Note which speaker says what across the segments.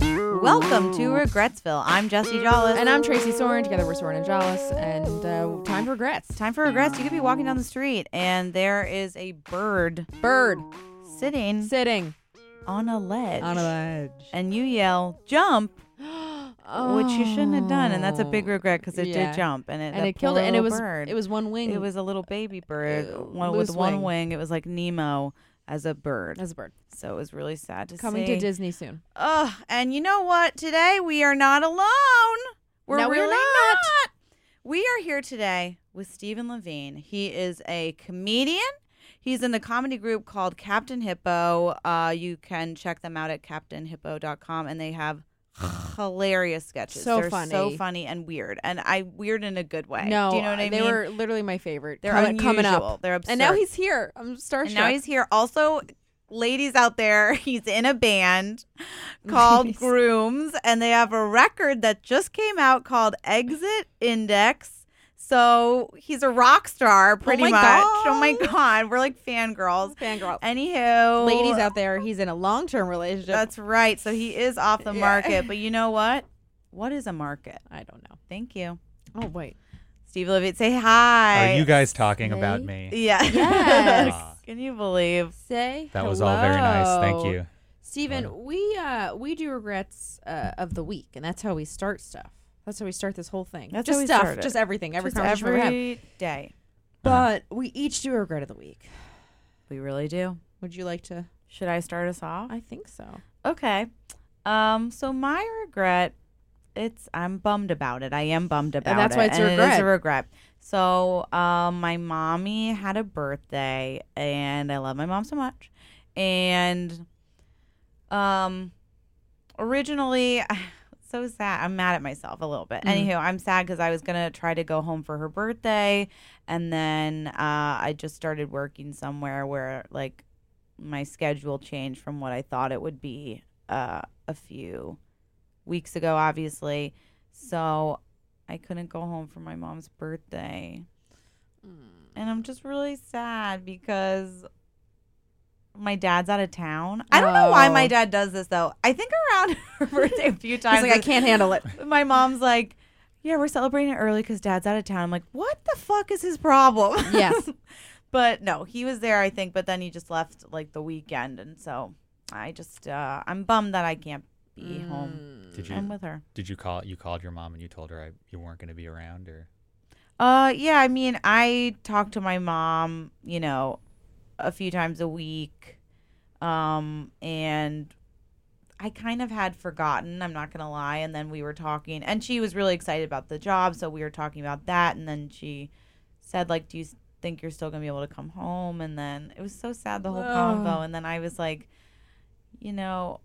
Speaker 1: Welcome to Regretsville. I'm Jesse Jollis.
Speaker 2: And I'm Tracy Soren. Together we're Soren and Jollis. And uh, time for regrets.
Speaker 1: Time for regrets. You could be walking down the street and there is a bird
Speaker 2: Bird
Speaker 1: sitting
Speaker 2: sitting
Speaker 1: on a ledge.
Speaker 2: on a ledge,
Speaker 1: And you yell, jump, which you shouldn't have done. And that's a big
Speaker 2: Oh.
Speaker 1: regret because it
Speaker 2: Yeah.
Speaker 1: did jump and it,
Speaker 2: And
Speaker 1: that
Speaker 2: it killed
Speaker 1: poor
Speaker 2: it. And it
Speaker 1: little
Speaker 2: was
Speaker 1: bird.
Speaker 2: it was one wing.
Speaker 1: It was a little baby bird
Speaker 2: uh,
Speaker 1: one, with
Speaker 2: loose
Speaker 1: one
Speaker 2: wing.
Speaker 1: wing. It was like Nemo as a bird.
Speaker 2: as a bird
Speaker 1: so it was really sad to
Speaker 2: coming
Speaker 1: see.
Speaker 2: to Disney soon.
Speaker 1: Ugh, and you know what? Today we are not alone. We're
Speaker 2: No, we're
Speaker 1: really
Speaker 2: not.
Speaker 1: We are here today with Stephen Levine. He is a comedian. He's in the comedy group called Captain Hippo. Uh, you can check them out at captainhippo.com, and they have hilarious sketches.
Speaker 2: So
Speaker 1: They're so
Speaker 2: funny.
Speaker 1: funny and weird, and I weird in a good way.
Speaker 2: No,
Speaker 1: do you know what I
Speaker 2: they
Speaker 1: mean?
Speaker 2: were literally my favorite.
Speaker 1: They're
Speaker 2: Coming- coming
Speaker 1: unusual.
Speaker 2: up.
Speaker 1: They're
Speaker 2: And now
Speaker 1: absurd.
Speaker 2: he's here. I'm starstruck.
Speaker 1: And now he's here. Also, ladies out there, he's in a band called
Speaker 2: Nice.
Speaker 1: Grooms, and they have a record that just came out called Exit Index. So he's a rock star, pretty
Speaker 2: my
Speaker 1: much. Oh my god, we're like fangirls.
Speaker 2: fangirl.
Speaker 1: Anywho,
Speaker 2: Ladies out there, he's in a long-term relationship.
Speaker 1: That's right. So he is off the
Speaker 2: Yeah.
Speaker 1: market, but you know what? What is a market?
Speaker 2: I don't know.
Speaker 1: Thank you,
Speaker 2: Oh wait.
Speaker 1: Steve Levitt. Say hi.
Speaker 3: Are you guys talking
Speaker 2: Say-
Speaker 3: about me?
Speaker 1: Yeah.
Speaker 2: Yes.
Speaker 3: Ah.
Speaker 1: Can you believe?
Speaker 2: Say
Speaker 3: That was all very nice. Thank
Speaker 2: hello.
Speaker 3: you. Hello.
Speaker 2: Steven, we uh we do regrets uh, of the week, and that's how we start stuff. That's how we start this whole thing.
Speaker 1: That's
Speaker 2: just
Speaker 1: how we
Speaker 2: stuff,
Speaker 1: start it.
Speaker 2: just everything, every
Speaker 1: Just
Speaker 2: conversation we have.
Speaker 1: every day.
Speaker 2: But we each do a regret of the week.
Speaker 1: We really do.
Speaker 2: Would you like to?
Speaker 1: Should I start us off?
Speaker 2: I think so.
Speaker 1: Okay. Um. So my regret, it's I'm bummed about it. I am bummed about
Speaker 2: that's
Speaker 1: it.
Speaker 2: why it's a
Speaker 1: and It is a regret.
Speaker 2: regret.
Speaker 1: So, um, my mommy had a birthday, and I love my mom so much. And, um, originally, it's so sad. I'm mad at myself a little bit.
Speaker 2: Mm.
Speaker 1: Anywho, I'm sad because I was gonna try to go home for her birthday, and then uh, I just started working somewhere where like my schedule changed from what I thought it would be uh, a few weeks ago, obviously. So I couldn't go home for my mom's birthday. And I'm just really sad because my dad's out of town. I don't know why
Speaker 2: Oh.
Speaker 1: my dad does this though. I think around her birthday a few times.
Speaker 2: He's like, I can't handle it.
Speaker 1: My mom's like, yeah, we're celebrating it early because dad's out of town. I'm like, what the fuck is his problem?
Speaker 2: Yes.
Speaker 1: but no, he was there, I think, but then he just left like the weekend. And so I just, uh, I'm bummed that I can't be
Speaker 2: Mm.
Speaker 1: home.
Speaker 3: Did
Speaker 1: I'm
Speaker 3: you
Speaker 1: with her.
Speaker 3: did you call you called your mom and you told her I, you weren't going to be around or
Speaker 1: Uh, yeah. I mean, I talk to my mom, you know, a few times a week, um, and I kind of had forgotten. I'm not gonna lie. And then we were talking, and she was really excited about the job, so we were talking about that. And then she said, like, "Do you s- think you're still gonna be able to come home?" And then it was so sad the whole
Speaker 2: Ugh.
Speaker 1: convo. And then I was like, you know,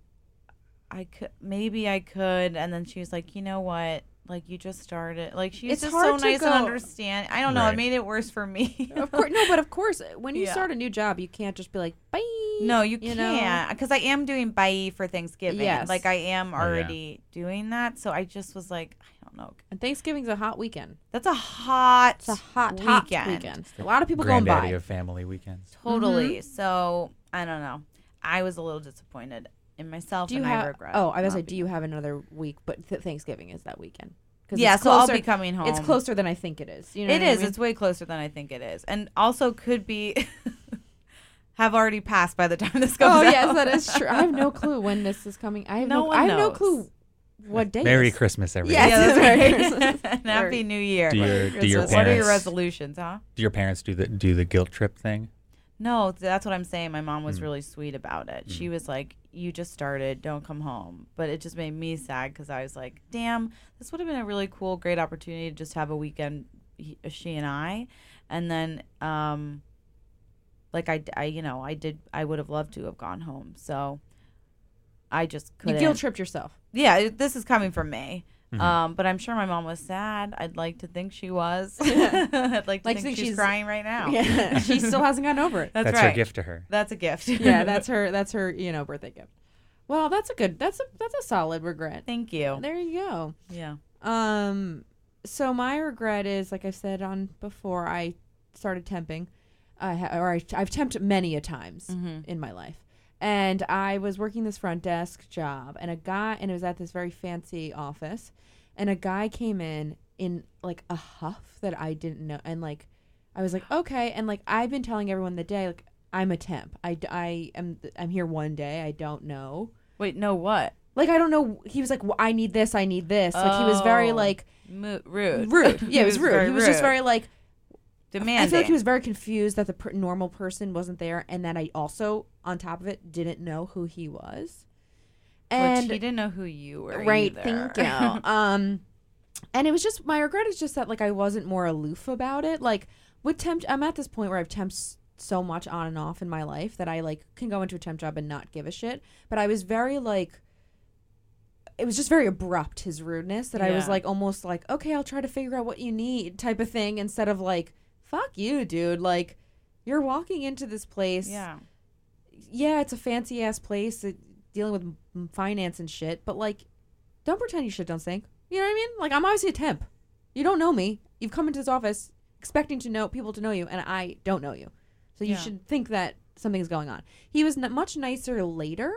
Speaker 1: I could maybe I could. And then she was like, you know what? Like you just started. Like she's
Speaker 2: It's
Speaker 1: just
Speaker 2: hard
Speaker 1: so
Speaker 2: to
Speaker 1: nice
Speaker 2: go-
Speaker 1: and understand. I don't know. It
Speaker 3: Right.
Speaker 1: made it worse for me.
Speaker 2: Mm. of course, no, but of course, uh, when you
Speaker 1: Yeah.
Speaker 2: start a new job, you can't just be like, bye.
Speaker 1: No, you,
Speaker 2: know?
Speaker 1: can't because I am doing bye for Thanksgiving.
Speaker 2: Yes.
Speaker 1: Like I am
Speaker 3: Oh, yeah.
Speaker 1: already doing that. So I just was like, I don't know.
Speaker 2: And Thanksgiving's a hot weekend.
Speaker 1: That's a hot,
Speaker 2: It's a hot,
Speaker 1: weekend.
Speaker 2: hot weekend. Mm-hmm. A lot of people going by.
Speaker 3: granddaddy of family weekends?
Speaker 1: Totally. So I don't know. I was a little disappointed in myself
Speaker 2: do you
Speaker 1: and
Speaker 2: have?
Speaker 1: I regret.
Speaker 2: oh, I was
Speaker 1: not
Speaker 2: like, do
Speaker 1: being-
Speaker 2: you have another week? But th- Thanksgiving is that weekend. 'Cause
Speaker 1: Yeah,
Speaker 2: it's
Speaker 1: so I'll
Speaker 2: closer-
Speaker 1: be coming home.
Speaker 2: It's closer than I think Um, it is. You know
Speaker 1: It
Speaker 2: what I
Speaker 1: is.
Speaker 2: mean?
Speaker 1: It's way closer than I think it is, and also could be have already passed by the time this goes
Speaker 2: Oh
Speaker 1: out.
Speaker 2: yes, that is true. I have no clue when this is coming. I have
Speaker 1: No
Speaker 2: no.
Speaker 1: one
Speaker 2: I have no
Speaker 1: knows.
Speaker 2: clue what day.
Speaker 3: Merry
Speaker 2: it is.
Speaker 3: Christmas everyone.
Speaker 2: Yes.
Speaker 1: yeah, that's
Speaker 2: Merry
Speaker 1: right.
Speaker 2: Christmas.
Speaker 1: And
Speaker 2: Merry-
Speaker 1: Happy New Year.
Speaker 3: Do your do your
Speaker 2: Christmas.
Speaker 3: parents
Speaker 1: What are your resolutions, huh?
Speaker 3: do your parents do the do the guilt trip thing?
Speaker 1: No, th- that's what I'm saying. My mom was
Speaker 3: Mm.
Speaker 1: really sweet about it. She was like, "You just started. Don't come home." But it just made me sad because I was like, "Damn, this would have been a really cool, great opportunity to uh, just have a weekend, he, she and I." And then um, like I, d- I, you know, I did. I would have loved to have gone home. So I just
Speaker 2: You
Speaker 1: couldn't.
Speaker 2: guilt tripped yourself.
Speaker 1: yeah, it- this is coming from me.
Speaker 3: Mhm.
Speaker 1: Um, but I'm sure my mom was sad. I'd like to think she was. I'd like to think, she's, crying right now.
Speaker 2: Yeah, she still hasn't gotten over it.
Speaker 1: That's,
Speaker 3: That's
Speaker 1: right.
Speaker 3: her gift to her.
Speaker 1: That's a gift.
Speaker 2: yeah, that's her. That's her. You know, birthday gift. Well, that's a good. That's a that's a solid regret.
Speaker 1: Thank you.
Speaker 2: There you go.
Speaker 1: Yeah.
Speaker 2: Um, so my regret is, like I've said on before, I started temping, I ha- or I, I've temped many a times in my life, and I was working this front desk job, and a guy, and it was at this very fancy office, and a guy came in in like a huff that I didn't know, and like I was like, okay, and like I've been telling everyone the day, like I'm a temp, I, d- I am I'm here one day, I don't know.
Speaker 1: Wait, no, what?
Speaker 2: Like I don't know. He was like, "Well, I need this. I need this." Like he was very
Speaker 1: Oh.
Speaker 2: like
Speaker 1: Mo- rude.
Speaker 2: rude. Yeah,
Speaker 1: He
Speaker 2: it was rude.
Speaker 1: very
Speaker 2: He was just very like.
Speaker 1: demanding.
Speaker 2: I feel like he was very confused that the per- normal person wasn't there, and that I also, on top of it, didn't know who he was. And
Speaker 1: Which he didn't know who you were.
Speaker 2: right,
Speaker 1: either.
Speaker 2: thank you. um, and it was just my regret is just that like I wasn't more aloof about it. Like with temp, I'm at this point where I've temped s- so much on and off in my life that I like can go into a temp job and not give a shit. But I was very like. It was just very abrupt his rudeness that I was
Speaker 1: Yeah.
Speaker 2: like almost like okay I'll try to figure out what you need type of thing instead of like fuck you dude like you're walking into this place
Speaker 1: yeah.
Speaker 2: yeah, it's a fancy ass place it, dealing with m- finance and shit, but like, don't pretend your shit don't stink. You know what I mean? Like, I'm obviously a temp. You don't know me. You've come into this office expecting to know people to know you, and I don't know you. So you
Speaker 1: Yeah.
Speaker 2: should think that something's going on. He was n- much nicer later,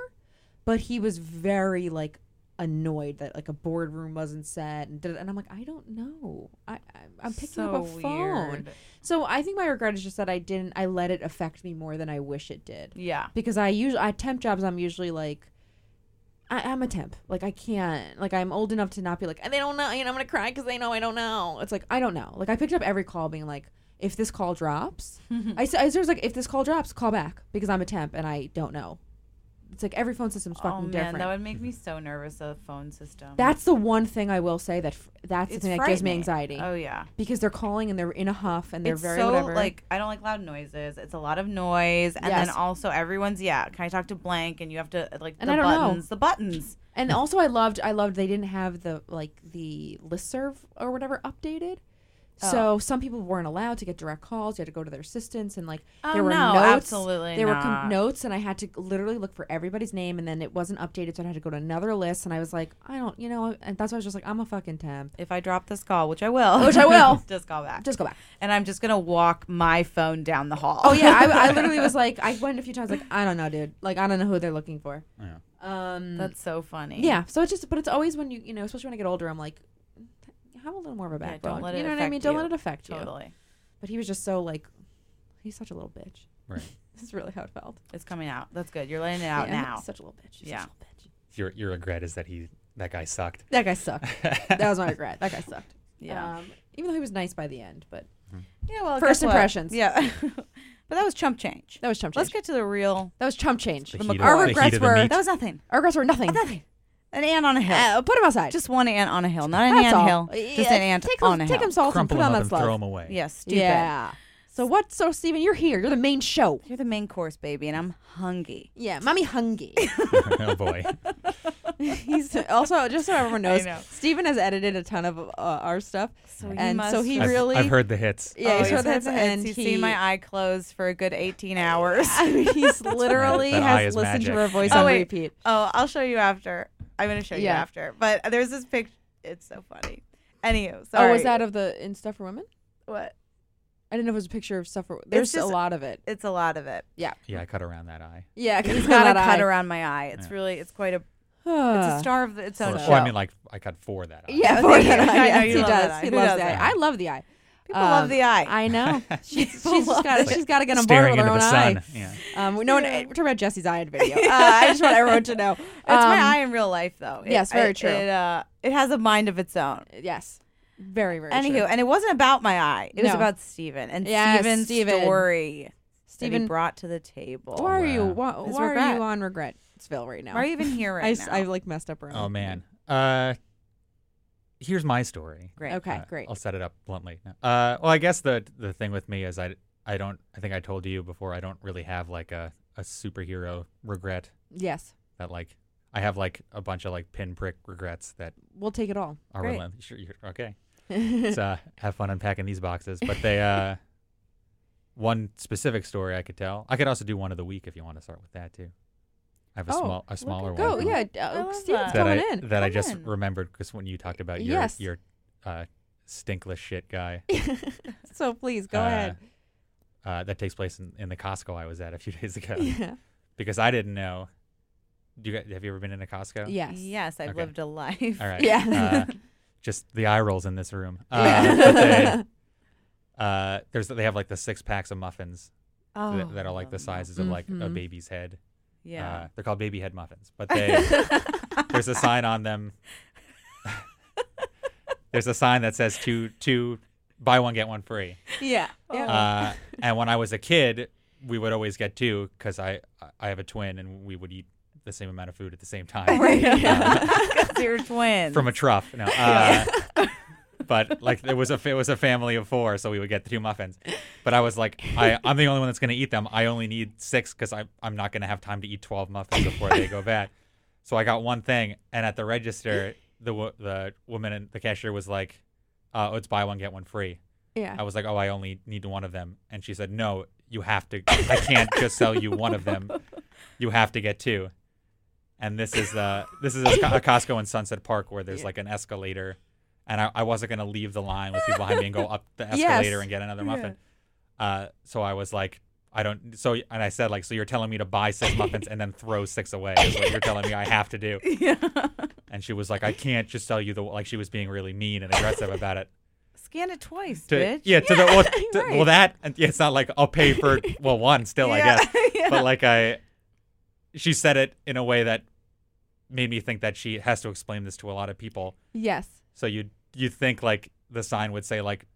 Speaker 2: but he was very like annoyed that like a boardroom wasn't set, and, da- and I'm like, I don't know. I, I I'm picking
Speaker 1: so
Speaker 2: up a phone.
Speaker 1: Weird.
Speaker 2: So I think my regret is just that I didn't. I let it affect me more than I wish it did
Speaker 1: Yeah.
Speaker 2: because I usually I temp jobs. I'm usually like, I, I'm a temp. Like I can't. Like I'm old enough to not be like they don't know. You know I'm gonna cry because they know I don't know. It's like I don't know. Like I picked up every call being like, if this call drops,
Speaker 1: Mm-hmm.
Speaker 2: I s- I was like, if this call drops, call back because I'm a temp and I don't know. It's like every phone system's fucking
Speaker 1: oh man,
Speaker 2: different.
Speaker 1: that would make
Speaker 3: Mm-hmm.
Speaker 1: me so nervous. The phone system.
Speaker 2: that's the one thing I will say that f- that's the
Speaker 1: it's
Speaker 2: thing that gives me
Speaker 1: frightening.
Speaker 2: anxiety
Speaker 1: Oh yeah.
Speaker 2: because they're calling and they're in a huff and they're
Speaker 1: it's
Speaker 2: very
Speaker 1: so
Speaker 2: whatever.
Speaker 1: like I don't like loud noises. It's a lot of noise, and
Speaker 2: Yes.
Speaker 1: then also everyone's yeah. Can I talk to blank? And you have to uh, like
Speaker 2: And
Speaker 1: the
Speaker 2: I don't know.
Speaker 1: buttons. The buttons.
Speaker 2: And also, I loved, I loved they didn't have the like the listserv or whatever updated.
Speaker 1: Oh.
Speaker 2: So some people weren't allowed to get direct calls. You had to go to their assistants, and like
Speaker 1: Oh,
Speaker 2: there were
Speaker 1: no,
Speaker 2: notes.
Speaker 1: absolutely
Speaker 2: there were
Speaker 1: not.
Speaker 2: notes, and I had to literally look for everybody's name, and then it wasn't updated, so I had to go to another list. And I was like, I don't, you know, and that's why I was just like, I'm a fucking temp.
Speaker 1: If I drop this call, which I will,
Speaker 2: Which I will.
Speaker 1: just call back.
Speaker 2: Just go back.
Speaker 1: and I'm just gonna walk my phone down the hall.
Speaker 2: Oh yeah, I, I literally was like, I went a few times, like I don't know, dude, like I don't know who they're looking for.
Speaker 3: Yeah.
Speaker 2: Um,
Speaker 1: that's so funny.
Speaker 2: Yeah. So it's just, but it's always when you, you know, especially when I get older, I'm like, have a little more of a
Speaker 1: Yeah,
Speaker 2: backbone.
Speaker 1: don't let it
Speaker 2: you know what I
Speaker 1: affect
Speaker 2: mean? Don't let
Speaker 1: you.
Speaker 2: it affect you.
Speaker 1: totally.
Speaker 2: But he was just so like, he's such a little bitch.
Speaker 3: Right.
Speaker 2: This is really how it felt.
Speaker 1: It's coming out. That's good. You're letting it out
Speaker 2: Yeah,
Speaker 1: now.
Speaker 2: Such a little bitch. He's
Speaker 1: Yeah.
Speaker 2: Such a little bitch.
Speaker 3: Your your regret is that he that guy sucked.
Speaker 2: That guy sucked. that was my regret. That guy sucked.
Speaker 1: Yeah.
Speaker 2: Um, even though he was nice by the end, but
Speaker 1: yeah. Well,
Speaker 2: First
Speaker 1: guess what?
Speaker 2: impressions.
Speaker 1: Yeah. but that was chump change.
Speaker 2: that was chump
Speaker 1: Let's
Speaker 2: change.
Speaker 1: get to the real.
Speaker 2: that was chump change.
Speaker 3: The
Speaker 2: The
Speaker 3: heat of-
Speaker 2: Our
Speaker 3: the heat
Speaker 2: regrets
Speaker 3: of the
Speaker 2: were
Speaker 3: meat.
Speaker 1: That was nothing.
Speaker 2: our regrets were nothing.
Speaker 1: Oh, Nothing. An ant on a hill.
Speaker 2: Uh, put him outside.
Speaker 1: just one ant on a hill, not an
Speaker 2: That's
Speaker 1: ant
Speaker 2: all.
Speaker 1: hill. Just
Speaker 2: Yeah,
Speaker 1: an ant
Speaker 2: take
Speaker 1: on a
Speaker 2: him, take
Speaker 1: hill.
Speaker 2: him salt and
Speaker 3: Crumple
Speaker 2: put
Speaker 3: him
Speaker 2: on
Speaker 3: up
Speaker 2: that
Speaker 3: and throw
Speaker 2: slow.
Speaker 3: him away.
Speaker 1: Yeah, stupid.
Speaker 2: Yeah. So what? So Steven, you're here. You're the main show.
Speaker 1: You're the main course, baby, and I'm hungry.
Speaker 2: Yeah, mommy hungry.
Speaker 3: oh boy.
Speaker 2: He's also just so everyone knows.
Speaker 1: know.
Speaker 2: Steven has edited a ton of uh, our stuff,
Speaker 1: he
Speaker 2: and so
Speaker 1: must
Speaker 2: he
Speaker 1: have-
Speaker 3: I've,
Speaker 2: really.
Speaker 3: I've heard the hits.
Speaker 1: Oh,
Speaker 3: Oh,
Speaker 2: Yeah, he's heard that,
Speaker 1: the
Speaker 2: and
Speaker 1: hits. He's
Speaker 2: he,
Speaker 1: seen my eye closed for a good 18 hours.
Speaker 2: he's literally
Speaker 3: That eye
Speaker 2: has
Speaker 3: is
Speaker 2: listened to
Speaker 3: magic.
Speaker 2: her voice
Speaker 1: Oh,
Speaker 2: on
Speaker 1: wait.
Speaker 2: repeat.
Speaker 1: Oh, I'll show you after. I'm gonna show you
Speaker 2: Yeah.
Speaker 1: after. But there's this picture. It's so funny. Anywho, sorry.
Speaker 2: Oh, was that of the in stuff for women?
Speaker 1: what?
Speaker 2: I didn't know if it was a picture of stuff for. There's
Speaker 1: just-
Speaker 2: a lot of it.
Speaker 1: It's a lot of it.
Speaker 3: Yeah, I cut around that eye.
Speaker 2: Yeah,
Speaker 1: He's
Speaker 2: he's
Speaker 1: got a
Speaker 2: not
Speaker 1: cut around my eye. It's
Speaker 3: Yeah.
Speaker 1: really. It's quite a. It's
Speaker 2: It's
Speaker 1: a star of the, its own
Speaker 3: Or,
Speaker 1: show.
Speaker 3: or I mean, like I cut four that eye.
Speaker 2: Yeah,
Speaker 1: Oh,
Speaker 2: for
Speaker 1: thank
Speaker 2: that
Speaker 1: you.
Speaker 2: eye.
Speaker 1: I know
Speaker 2: Yes,
Speaker 1: you
Speaker 2: he
Speaker 1: love
Speaker 2: does.
Speaker 1: that eye.
Speaker 2: He
Speaker 1: Who
Speaker 2: loves
Speaker 1: doesn't?
Speaker 2: the eye. I love the eye.
Speaker 1: People love
Speaker 2: Um,
Speaker 1: the eye.
Speaker 2: I know. She's,
Speaker 1: People
Speaker 2: she's
Speaker 1: love
Speaker 2: just got.
Speaker 1: it.
Speaker 2: She's got to get on board
Speaker 3: Staring
Speaker 2: with her
Speaker 3: into
Speaker 2: own
Speaker 3: the sun.
Speaker 2: eye.
Speaker 3: Yeah.
Speaker 2: Um, we- no, one, we're talking about Jesse's eye in video. Uh, I just want everyone to know.
Speaker 1: It's
Speaker 2: Um,
Speaker 1: my eye in real life, though. It-
Speaker 2: yes, very
Speaker 1: it-
Speaker 2: true.
Speaker 1: It, uh, it has a mind of its own.
Speaker 2: Yes. Very, very
Speaker 1: Anywho,
Speaker 2: true.
Speaker 1: and it wasn't about my eye. It was
Speaker 2: No.
Speaker 1: about Steven and
Speaker 2: Yes,
Speaker 1: Steven's
Speaker 2: Steven.
Speaker 1: story that he
Speaker 2: Steven,
Speaker 1: brought to the table.
Speaker 2: why are you, why,
Speaker 3: Wow.
Speaker 1: His
Speaker 2: why are
Speaker 1: regret.
Speaker 2: you on regretsville right now?
Speaker 1: Why are you even here right
Speaker 2: I,
Speaker 1: now?
Speaker 2: s- I, like messed up around.
Speaker 3: Oh man. Uh, here's my story.
Speaker 1: Great.
Speaker 2: Okay,
Speaker 3: Uh,
Speaker 2: great.
Speaker 3: I'll set it up bluntly. Uh, well, I guess the the thing with me is I I don't. I think I told you before. I don't really have like a a superhero regret
Speaker 2: Yes,
Speaker 3: that like I have like a bunch of like pinprick regrets that
Speaker 2: we'll take it all.
Speaker 3: are
Speaker 1: Great.
Speaker 3: relentless. Sure, you're, okay. so uh, have fun unpacking these boxes. But they uh, one specific story I could tell. I could also do one of the week if you want to start with that too. I have a
Speaker 2: Oh,
Speaker 3: small a
Speaker 1: at
Speaker 3: smaller
Speaker 2: Go,
Speaker 3: one. from-
Speaker 2: yeah.
Speaker 1: I
Speaker 2: Uh,
Speaker 1: love
Speaker 2: Steve's
Speaker 1: that.
Speaker 3: that
Speaker 2: going
Speaker 3: I
Speaker 2: in.
Speaker 3: that I
Speaker 1: Come
Speaker 3: just
Speaker 1: on.
Speaker 3: remembered because when you talked about your
Speaker 2: Yes.
Speaker 3: your uh, stinkless shit guy,
Speaker 2: so please go
Speaker 3: uh,
Speaker 2: ahead.
Speaker 3: Uh, that takes place in, in the Costco I was at a few days ago
Speaker 2: Yeah.
Speaker 3: because I didn't know. Do you guys, have you ever been in a Costco?
Speaker 2: Yes.
Speaker 1: Yes, I've
Speaker 3: Okay.
Speaker 1: lived a life.
Speaker 3: All right.
Speaker 2: Yeah.
Speaker 3: Uh, just the eye rolls in this room. Uh, but they, uh, there's they have like the six packs of muffins
Speaker 1: Oh,
Speaker 3: that, that are like the
Speaker 1: love
Speaker 3: sizes of like a
Speaker 2: Mhm.
Speaker 3: baby's head.
Speaker 1: Yeah.
Speaker 3: Uh, they're called baby head muffins, but they there's a sign on them. there's a sign that says to to buy one get one free.
Speaker 2: yeah.
Speaker 1: Oh.
Speaker 2: Yeah.
Speaker 3: Uh, and when I was a kid, we would always get two because I I have a twin and we would eat the same amount of food at the same time.
Speaker 1: You're twins.
Speaker 3: from a trough. No, uh, but like it was a it was a family of four, so we would get the two muffins. But I was like, I I'm the only one that's gonna eat them. I only need six because I I'm not gonna have time to eat twelve muffins before they go bad. So I got one thing, and at the register, the wo- the woman and the cashier was like, uh, "Let's buy one get one free."
Speaker 2: yeah.
Speaker 3: I was like, "Oh, I only need one of them," and she said, "No, you have to. I can't just sell you one of them. You have to get two. And this is the this is a, Co- a Costco in Sunset Park where there's like an escalator, and I, I wasn't gonna leave the line with people behind me and go up the
Speaker 2: Yes.
Speaker 3: escalator and get another muffin. Uh, so I was like, I don't. So and I said like, so you're telling me to buy six muffins and then throw six away is what you're telling me I have to do.
Speaker 1: yeah.
Speaker 3: And she was like, I can't just sell you the like. She was being really mean and aggressive about it
Speaker 1: Scan it twice,
Speaker 3: to
Speaker 1: bitch.
Speaker 3: yeah to the well, to- well that and yeah, it's not like I'll pay for well one still I
Speaker 1: Yeah,
Speaker 3: guess
Speaker 1: yeah.
Speaker 3: but like I she said it in a way that made me think that she has to explain this to a lot of people
Speaker 2: yes.
Speaker 3: so you you think like the sign would say like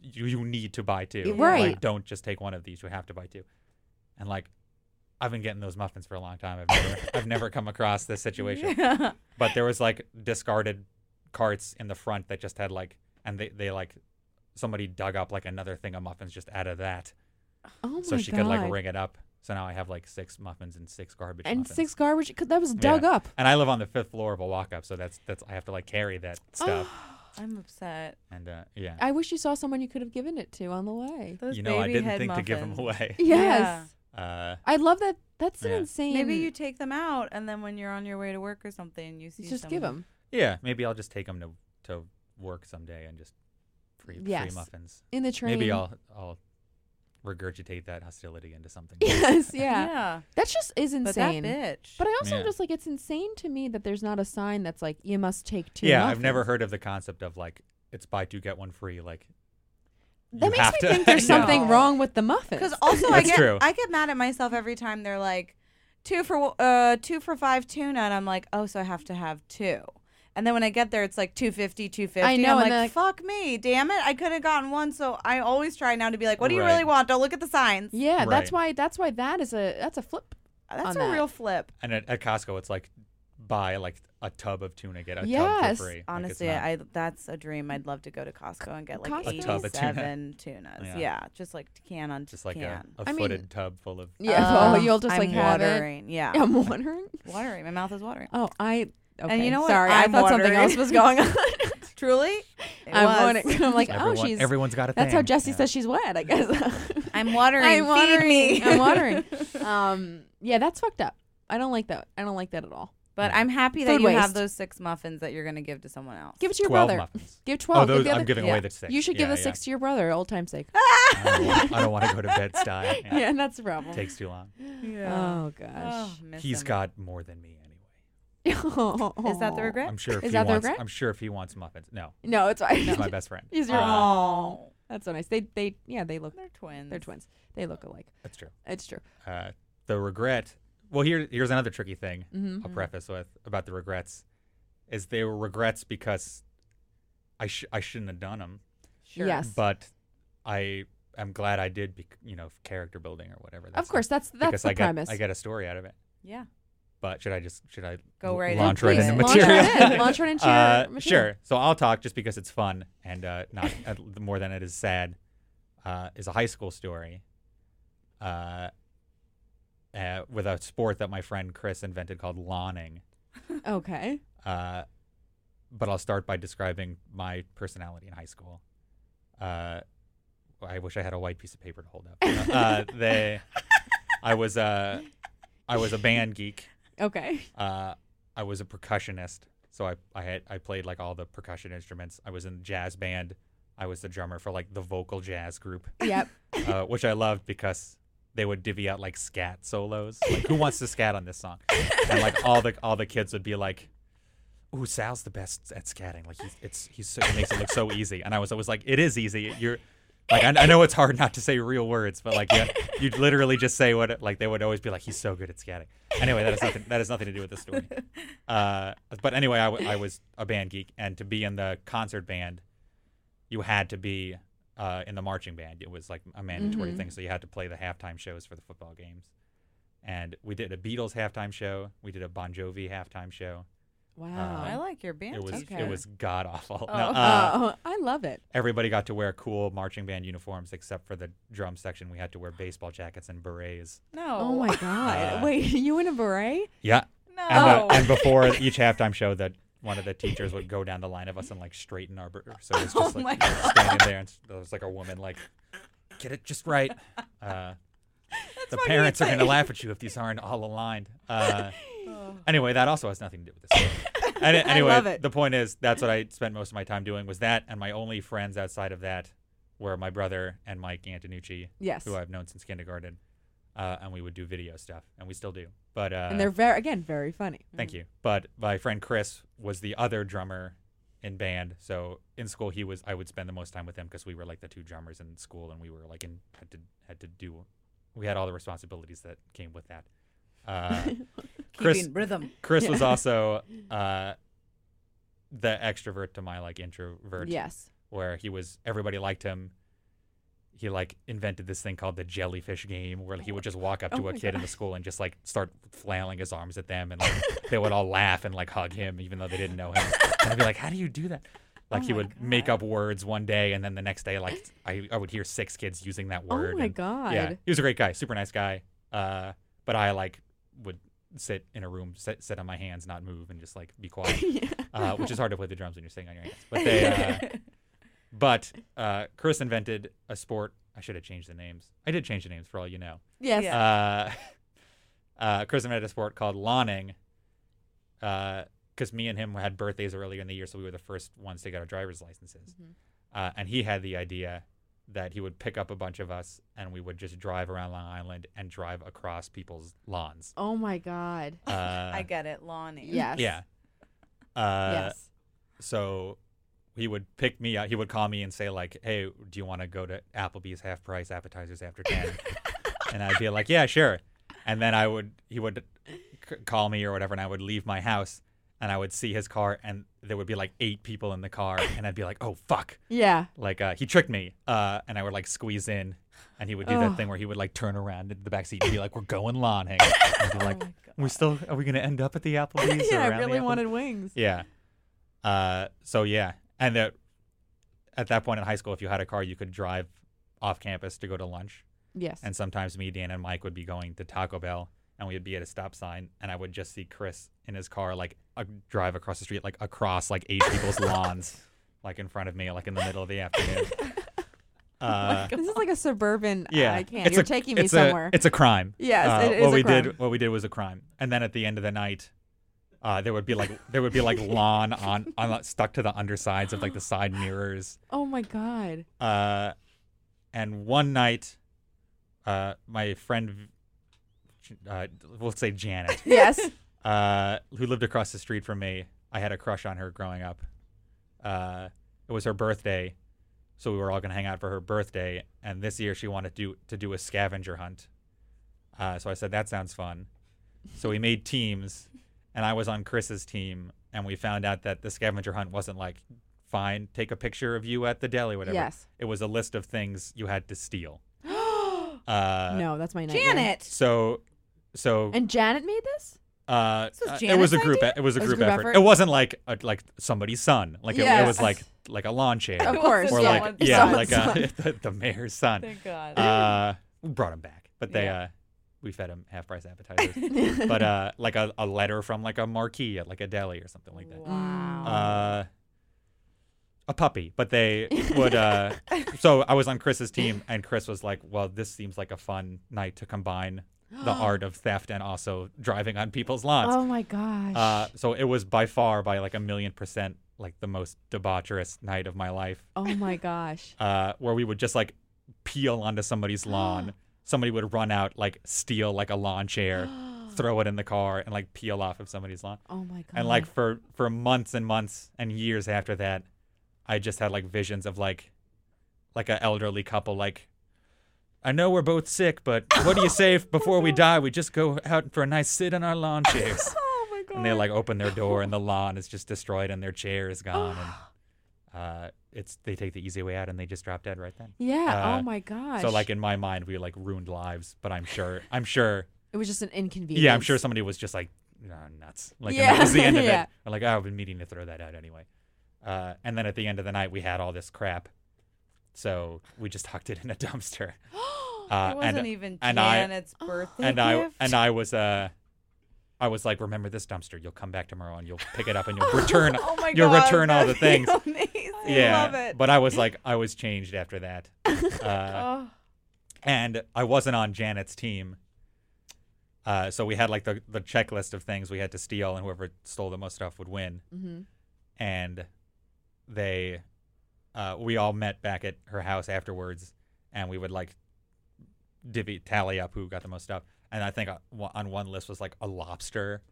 Speaker 3: you you need to buy two
Speaker 2: Right.
Speaker 3: like don't just take one of these you have to buy two and like I've been getting those muffins for a long time I've never I've never come across this situation
Speaker 1: Yeah.
Speaker 3: but there was like discarded carts in the front that just had like and they, they like somebody dug up like another thing of muffins just out of that
Speaker 2: Oh my
Speaker 3: so she
Speaker 2: god.
Speaker 3: could like ring it up so now i have like six muffins and six garbage
Speaker 2: and
Speaker 3: muffins.
Speaker 2: six garbage 'cause that was dug
Speaker 3: Yeah.
Speaker 2: up.
Speaker 3: and i live on the fifth floor of a walk-up so that's that's i have to like carry that stuff
Speaker 1: I'm upset.
Speaker 3: and uh yeah
Speaker 2: I wish you saw someone you could have given it to on the way.
Speaker 1: Those
Speaker 3: you know i
Speaker 1: baby
Speaker 3: didn't
Speaker 1: head
Speaker 3: think to give them
Speaker 1: muffins.
Speaker 3: away
Speaker 2: Yes.
Speaker 3: uh
Speaker 2: I love that. That's an
Speaker 3: Yeah.
Speaker 2: insane.
Speaker 1: Maybe you take them out, and then when you're on your way to work or something, you see.
Speaker 2: just
Speaker 1: someone.
Speaker 2: give them.
Speaker 3: yeah maybe i'll just take them to to work someday and just free, free
Speaker 2: Yes.
Speaker 3: muffins
Speaker 2: in the train.
Speaker 3: maybe i'll i'll regurgitate that hostility into something
Speaker 2: Yes, yeah.
Speaker 1: Yeah.
Speaker 2: That just is
Speaker 1: But
Speaker 2: insane.
Speaker 1: that bitch.
Speaker 2: But I also
Speaker 3: Yeah.
Speaker 2: just like it's insane to me that there's not a sign that's like you must take two.
Speaker 3: yeah, I've never
Speaker 2: muffins.
Speaker 3: heard of the concept of like it's buy two get one free. Like
Speaker 2: That
Speaker 3: you
Speaker 2: makes
Speaker 3: have
Speaker 2: me
Speaker 3: to-
Speaker 2: think there's
Speaker 1: No.
Speaker 2: something wrong with the muffins.
Speaker 1: Because also I
Speaker 3: That's
Speaker 1: get
Speaker 3: true.
Speaker 1: I get mad at myself every time they're like two for uh two for five tuna, and I'm like, oh, so I have to have two. And then when I get there, it's like 250, 250.
Speaker 2: I
Speaker 1: I'm
Speaker 2: know, and
Speaker 1: like,
Speaker 2: they're like-
Speaker 1: fuck me, damn it. I could have gotten one. So I always try now to be like, what do you
Speaker 3: Right.
Speaker 1: really want? Don't look at the signs. Uh,
Speaker 2: yeah, that's
Speaker 3: Right.
Speaker 2: why. That's why that is a that's a flip.
Speaker 1: That's a
Speaker 2: On that.
Speaker 1: real flip.
Speaker 3: and at, at Costco, it's like buy like a tub of tuna, get a tub
Speaker 2: Yes.
Speaker 3: for free. Like, it's
Speaker 1: Honestly,
Speaker 3: not-
Speaker 1: I that's a dream. I'd love to go to Costco and get like
Speaker 2: Costco? A
Speaker 3: tub of tuna.
Speaker 1: 87 tunas. Yeah.
Speaker 3: Yeah.
Speaker 1: just like can on
Speaker 3: just like a,
Speaker 1: can.
Speaker 3: a
Speaker 2: I mean-
Speaker 3: footed tub full of.
Speaker 2: Yeah,
Speaker 1: Uh,
Speaker 2: oh, you'll just
Speaker 1: I'm
Speaker 2: like have it.
Speaker 1: watering. Yeah.
Speaker 2: I'm watering.
Speaker 1: watering. My mouth is watering.
Speaker 2: Oh, I. Okay.
Speaker 1: you know what?
Speaker 2: Sorry,
Speaker 1: I'm
Speaker 2: I thought something
Speaker 1: watering.
Speaker 2: else was going on.
Speaker 1: Truly? It
Speaker 2: I'm
Speaker 1: was.
Speaker 2: watering. I'm like, oh,
Speaker 3: Everyone,
Speaker 2: she's.
Speaker 3: everyone's got a
Speaker 2: that's
Speaker 3: thing.
Speaker 2: how Jesse
Speaker 3: Yeah.
Speaker 2: says she's wet. I guess.
Speaker 1: I'm watering.
Speaker 2: I'm watering.
Speaker 1: Feed me.
Speaker 2: I'm watering. Um, yeah, that's fucked up. I don't like that. I don't like that at all.
Speaker 1: But I'm happy that
Speaker 2: Food
Speaker 1: you
Speaker 2: waste.
Speaker 1: have those six muffins that you're going to give to someone else.
Speaker 2: Give it to your
Speaker 3: twelve
Speaker 2: brother.
Speaker 3: muffins.
Speaker 2: Give
Speaker 3: Oh,
Speaker 2: twelve. give
Speaker 3: those
Speaker 2: the
Speaker 3: I'm
Speaker 2: other-
Speaker 3: giving
Speaker 1: yeah.
Speaker 3: away the six.
Speaker 2: You should give
Speaker 3: Yeah,
Speaker 2: the six to your brother, old time's sake.
Speaker 3: Yeah. I don't want- I don't want to go to bed style. Yeah.
Speaker 2: yeah, that's the problem.
Speaker 3: Takes too long.
Speaker 2: Oh gosh.
Speaker 1: Oh, miss
Speaker 3: He's
Speaker 1: him.
Speaker 3: got more than me anyway.
Speaker 1: Is that the regret?
Speaker 3: I'm sure if
Speaker 2: Is
Speaker 3: he
Speaker 2: that the
Speaker 3: wants.
Speaker 2: regret?
Speaker 3: I'm sure if he wants muffins. No,
Speaker 2: No, it's fine.
Speaker 3: he's my best friend.
Speaker 2: He's your
Speaker 3: Uh,
Speaker 1: Oh,
Speaker 2: That's so nice. They they yeah, they look
Speaker 1: they're twins.
Speaker 2: they're twins. They look alike.
Speaker 3: That's true.
Speaker 2: It's true.
Speaker 3: Uh, the regret. Well, here here's another tricky thing.
Speaker 1: Mm-hmm.
Speaker 2: hmm
Speaker 3: I'll preface with about the regrets is they were regrets because I sh- I shouldn't have done them,
Speaker 1: Sure.
Speaker 2: Yes.
Speaker 3: but I am glad I did. Bec- you know, f- character building or whatever.
Speaker 2: Of
Speaker 3: That's
Speaker 2: course, that's that's
Speaker 3: because
Speaker 2: the
Speaker 3: I got
Speaker 2: premise.
Speaker 3: I got a story out of it.
Speaker 1: Yeah.
Speaker 3: But should I just should I
Speaker 1: Go
Speaker 3: l-
Speaker 1: right in.
Speaker 3: launch right
Speaker 1: Please,
Speaker 3: into
Speaker 1: launch
Speaker 3: material?
Speaker 1: right in.
Speaker 2: Launch right into your
Speaker 3: uh,
Speaker 2: material.
Speaker 3: Sure. So I'll talk just because it's fun and uh, not uh, more than it is sad. uh, is a high school story uh, uh, with a sport that my friend Chris invented called lawning.
Speaker 2: Okay.
Speaker 3: Uh, but I'll start by describing my personality in high school. Uh, I wish I had a white piece of paper to hold up. Uh, they, I was a, I was a band geek.
Speaker 2: Okay.
Speaker 3: Uh, I was a percussionist, so I I had I played like all the percussion instruments. I was in jazz band. I was the drummer for like the vocal jazz group,
Speaker 2: Yep.
Speaker 3: uh, which I loved because they would divvy out like scat solos. Like, who wants to scat on this song? And like all the all the kids would be like, "Ooh, Sal's the best at scatting. Like he's it's he's so, he makes it look so easy." And I was always like, "It is easy. You're." Like I, I know it's hard not to say real words, but like yeah, you'd literally just say what it- like they would always be like he's so good at scatting. Anyway, that has nothing that has nothing to do with the story. Uh, but anyway, I, w- I was a band geek, and to be in the concert band, you had to be uh, in the marching band. It was like a mandatory thing, so you had to play the halftime shows for the football games. And we did a Beatles halftime show. We did a Bon Jovi halftime show.
Speaker 2: Wow.
Speaker 3: Uh,
Speaker 1: I like your band.
Speaker 3: It was
Speaker 1: teacher.
Speaker 3: it was god awful.
Speaker 1: Oh.
Speaker 3: uh,
Speaker 2: oh, I love it.
Speaker 3: everybody got to wear cool marching band uniforms except for the drum section. We had to wear baseball jackets and berets.
Speaker 1: no.
Speaker 2: Oh my god.
Speaker 3: Uh,
Speaker 2: Wait, you in a beret?
Speaker 3: Yeah,
Speaker 1: no.
Speaker 3: And, the, and before each halftime show, that one of the teachers would go down the line of us and like straighten our. bur- So it was just
Speaker 1: Oh
Speaker 3: like
Speaker 1: my
Speaker 3: standing there, and s- there was like a woman like, "Get it just right." Uh, the parents are gonna laugh at you if these aren't all aligned. Uh,
Speaker 1: Oh.
Speaker 3: anyway, that also has nothing to do with this. story. Any- anyway,
Speaker 1: love it.
Speaker 3: the point is that's what I spent most of my time doing was that, and my only friends outside of that were my brother and Mike Antonucci,
Speaker 2: Yes.
Speaker 3: who I've known since kindergarten, uh, and we would do video stuff, and we still do. But uh,
Speaker 2: and they're very again very funny.
Speaker 3: Thank you. But my friend Chris was the other drummer in band. So in school, he was. I would spend the most time with him because we were like the two drummers in school, and we were like in had to had to do. We had all the responsibilities that came with that. Uh, Chris-
Speaker 1: keeping rhythm.
Speaker 3: Chris was also uh, the extrovert to my like introvert,
Speaker 2: Yes.
Speaker 3: where he was. Everybody liked him. He like invented this thing called the jellyfish game, where he would just walk up to
Speaker 2: Oh
Speaker 3: a
Speaker 2: my
Speaker 3: kid in the school and just like start flailing his arms at them, and like they would all laugh and like hug him, even though they didn't know him. And I'd be like, "How do you do that?"
Speaker 2: Oh
Speaker 3: Like he
Speaker 1: my
Speaker 3: would make up words one day, and then the next day, like I, I would hear six kids using that word.
Speaker 2: Oh my
Speaker 3: and-
Speaker 2: god.
Speaker 3: yeah, he was a great guy, super nice guy. Uh, but I like would sit in a room, sit, sit on my hands, not move, and just like be quiet, uh, which is hard to play the drums when you're sitting on your hands. But they, uh, but uh, Chris invented a sport. I should have changed the names. I did change the names for all you know.
Speaker 2: Yes.
Speaker 1: Yeah.
Speaker 3: Uh, uh, Chris invented a sport called lawning. Because me and him had birthdays earlier in the year, so we were the first ones to get our driver's licenses. Uh, and he had the idea that he would pick up a bunch of us and we would just drive around Long Island and drive across people's lawns.
Speaker 2: Oh my god.
Speaker 3: Uh,
Speaker 1: I get it, Lonnie.
Speaker 2: Yes.
Speaker 3: Yeah. Uh,
Speaker 2: yes.
Speaker 3: so he would pick me up. He would call me and say like, "Hey, do you want to go to Applebee's half price appetizers after 10? and I'd be like, "Yeah, sure." And then I would he would c- call me or whatever, and I would leave my house and I would see his car, and there would be like eight people in the car, and I'd be like, "Oh fuck."
Speaker 2: Yeah.
Speaker 3: like uh, he tricked me uh, and i would like squeeze in and he would do
Speaker 2: Oh.
Speaker 3: that thing where he would like turn around in the back seat and be like we're going lawning and I'd be like we still are we gonna end up at the applebee's or
Speaker 2: yeah, I
Speaker 3: around the
Speaker 2: really
Speaker 3: Applebee-"
Speaker 2: wanted wings.
Speaker 3: yeah uh, so yeah and that at that point in high school if you had a car you could drive off campus to go to lunch
Speaker 2: Yes.
Speaker 3: and sometimes me dan and mike would be going to taco bell and we'd be at a stop sign and i would just see chris in his car like a drive across the street like across like eight people's lawns like in front of me like in the middle of the afternoon uh,
Speaker 2: this is like a suburban.
Speaker 3: yeah,
Speaker 2: Oh I can't. You're taking me
Speaker 3: it's
Speaker 2: somewhere.
Speaker 3: A, it's a crime.
Speaker 2: Yes,
Speaker 3: Uh,
Speaker 2: it is
Speaker 3: what
Speaker 2: a
Speaker 3: we
Speaker 2: crime.
Speaker 3: did, what we did was a crime. And then at the end of the night, uh, there would be like there would be like lawn on, on the- stuck to the undersides of like the side mirrors.
Speaker 2: oh my god.
Speaker 3: Uh, and one night, uh, my friend, uh, we'll say Janet,
Speaker 2: Yes.
Speaker 3: uh, who lived across the street from me. I had a crush on her growing up. Uh, it was her birthday, so we were all gonna hang out for her birthday. And this year, she wanted to do, to do a scavenger hunt. Uh, so I said that sounds fun. So we made teams, and I was on Chris's team. And we found out that the scavenger hunt wasn't like fine, take a picture of you at the deli, whatever.
Speaker 2: Yes.
Speaker 3: It was a list of things you had to steal. uh,
Speaker 2: no, that's my nightmare.
Speaker 1: Janet.
Speaker 3: So, so
Speaker 2: And Janet made this?
Speaker 3: Uh,
Speaker 1: This was
Speaker 3: uh, it was a
Speaker 1: Janet's
Speaker 3: group.
Speaker 1: idea?
Speaker 3: It was a
Speaker 2: It
Speaker 3: group, effort. It wasn't like a, like somebody's son. Like it, it was
Speaker 2: Yes.
Speaker 3: like like a lawn chair,
Speaker 2: Of
Speaker 1: It
Speaker 2: course,
Speaker 1: wasn't
Speaker 3: or
Speaker 2: yeah.
Speaker 3: like
Speaker 1: someone's
Speaker 3: yeah,
Speaker 1: son.
Speaker 3: like uh, a, the, the mayor's son.
Speaker 1: Thank God.
Speaker 3: Uh, we brought him back, but they
Speaker 1: Yeah.
Speaker 3: uh, we fed him half price appetizers. but uh, like a, a letter from like a marquee at like a deli or something like that.
Speaker 1: Wow.
Speaker 3: Uh, a puppy, but they would. Uh, so I was on Chris's team, and Chris was like, "Well, this seems like a fun night to combine the art of theft and also driving on people's lawns."
Speaker 1: oh my gosh.
Speaker 3: Uh, so it was by far, by like a million percent, like the most debaucherous night of my life,
Speaker 2: Oh my gosh.
Speaker 3: uh, where we would just like peel onto somebody's lawn. Somebody would run out, like steal like a lawn chair, throw it in the car, and like peel off of somebody's lawn.
Speaker 2: Oh my god.
Speaker 3: And like for for months and months and years after that, I just had like visions of like like an elderly couple like. I know we're both sick, but what do you say if before we die we just go out for a nice sit in our lawn chairs?
Speaker 2: Oh my god.
Speaker 3: and they like open their door and the lawn is just destroyed and their chair is gone and uh, it's they take the easy way out and they just drop dead right then.
Speaker 2: Yeah.
Speaker 3: uh,
Speaker 2: oh my gosh.
Speaker 3: So like in my mind we like ruined lives, but I'm sure I'm sure
Speaker 2: it was just an inconvenience.
Speaker 3: yeah I'm sure somebody was just like "Nah, nuts like and
Speaker 2: Yeah.
Speaker 3: that was the end of
Speaker 2: Yeah.
Speaker 3: it. Or like oh, I've been meaning to throw that out anyway. Uh, and then at the end of the night we had all this crap, so we just hucked it in a dumpster. Uh,
Speaker 1: Oh, it wasn't
Speaker 3: and,
Speaker 1: even
Speaker 3: and I-
Speaker 1: Janet's birthday
Speaker 3: and I
Speaker 1: gift.
Speaker 3: and I was uh I was like, remember this dumpster. You'll come back tomorrow and you'll pick it up and you'll return.
Speaker 1: oh my
Speaker 3: you'll
Speaker 1: God,
Speaker 3: return all the
Speaker 1: that'd be
Speaker 3: things.
Speaker 1: Amazing.
Speaker 3: yeah,
Speaker 1: I love it.
Speaker 3: but I was like, I was changed after that, uh,
Speaker 1: oh,
Speaker 3: and I wasn't on Janet's team. Uh, so we had like the the checklist of things we had to steal, and whoever stole the most stuff would win.
Speaker 2: Mhm.
Speaker 3: And they, uh, we all met back at her house afterwards, and we would like divvy tally up who got the most stuff. And I think uh, wa- on one list was like a lobster,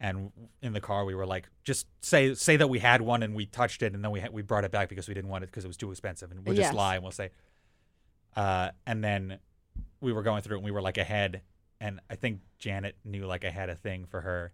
Speaker 3: and in the car we were like, just say say that we had one and we touched it, and then we ha- we brought it back because we didn't want it because it was too expensive, and we'll
Speaker 2: Yes.
Speaker 3: just lie and we'll say. Uh, and then we were going through it and we were like ahead, and I think Janet knew like I had a thing for her.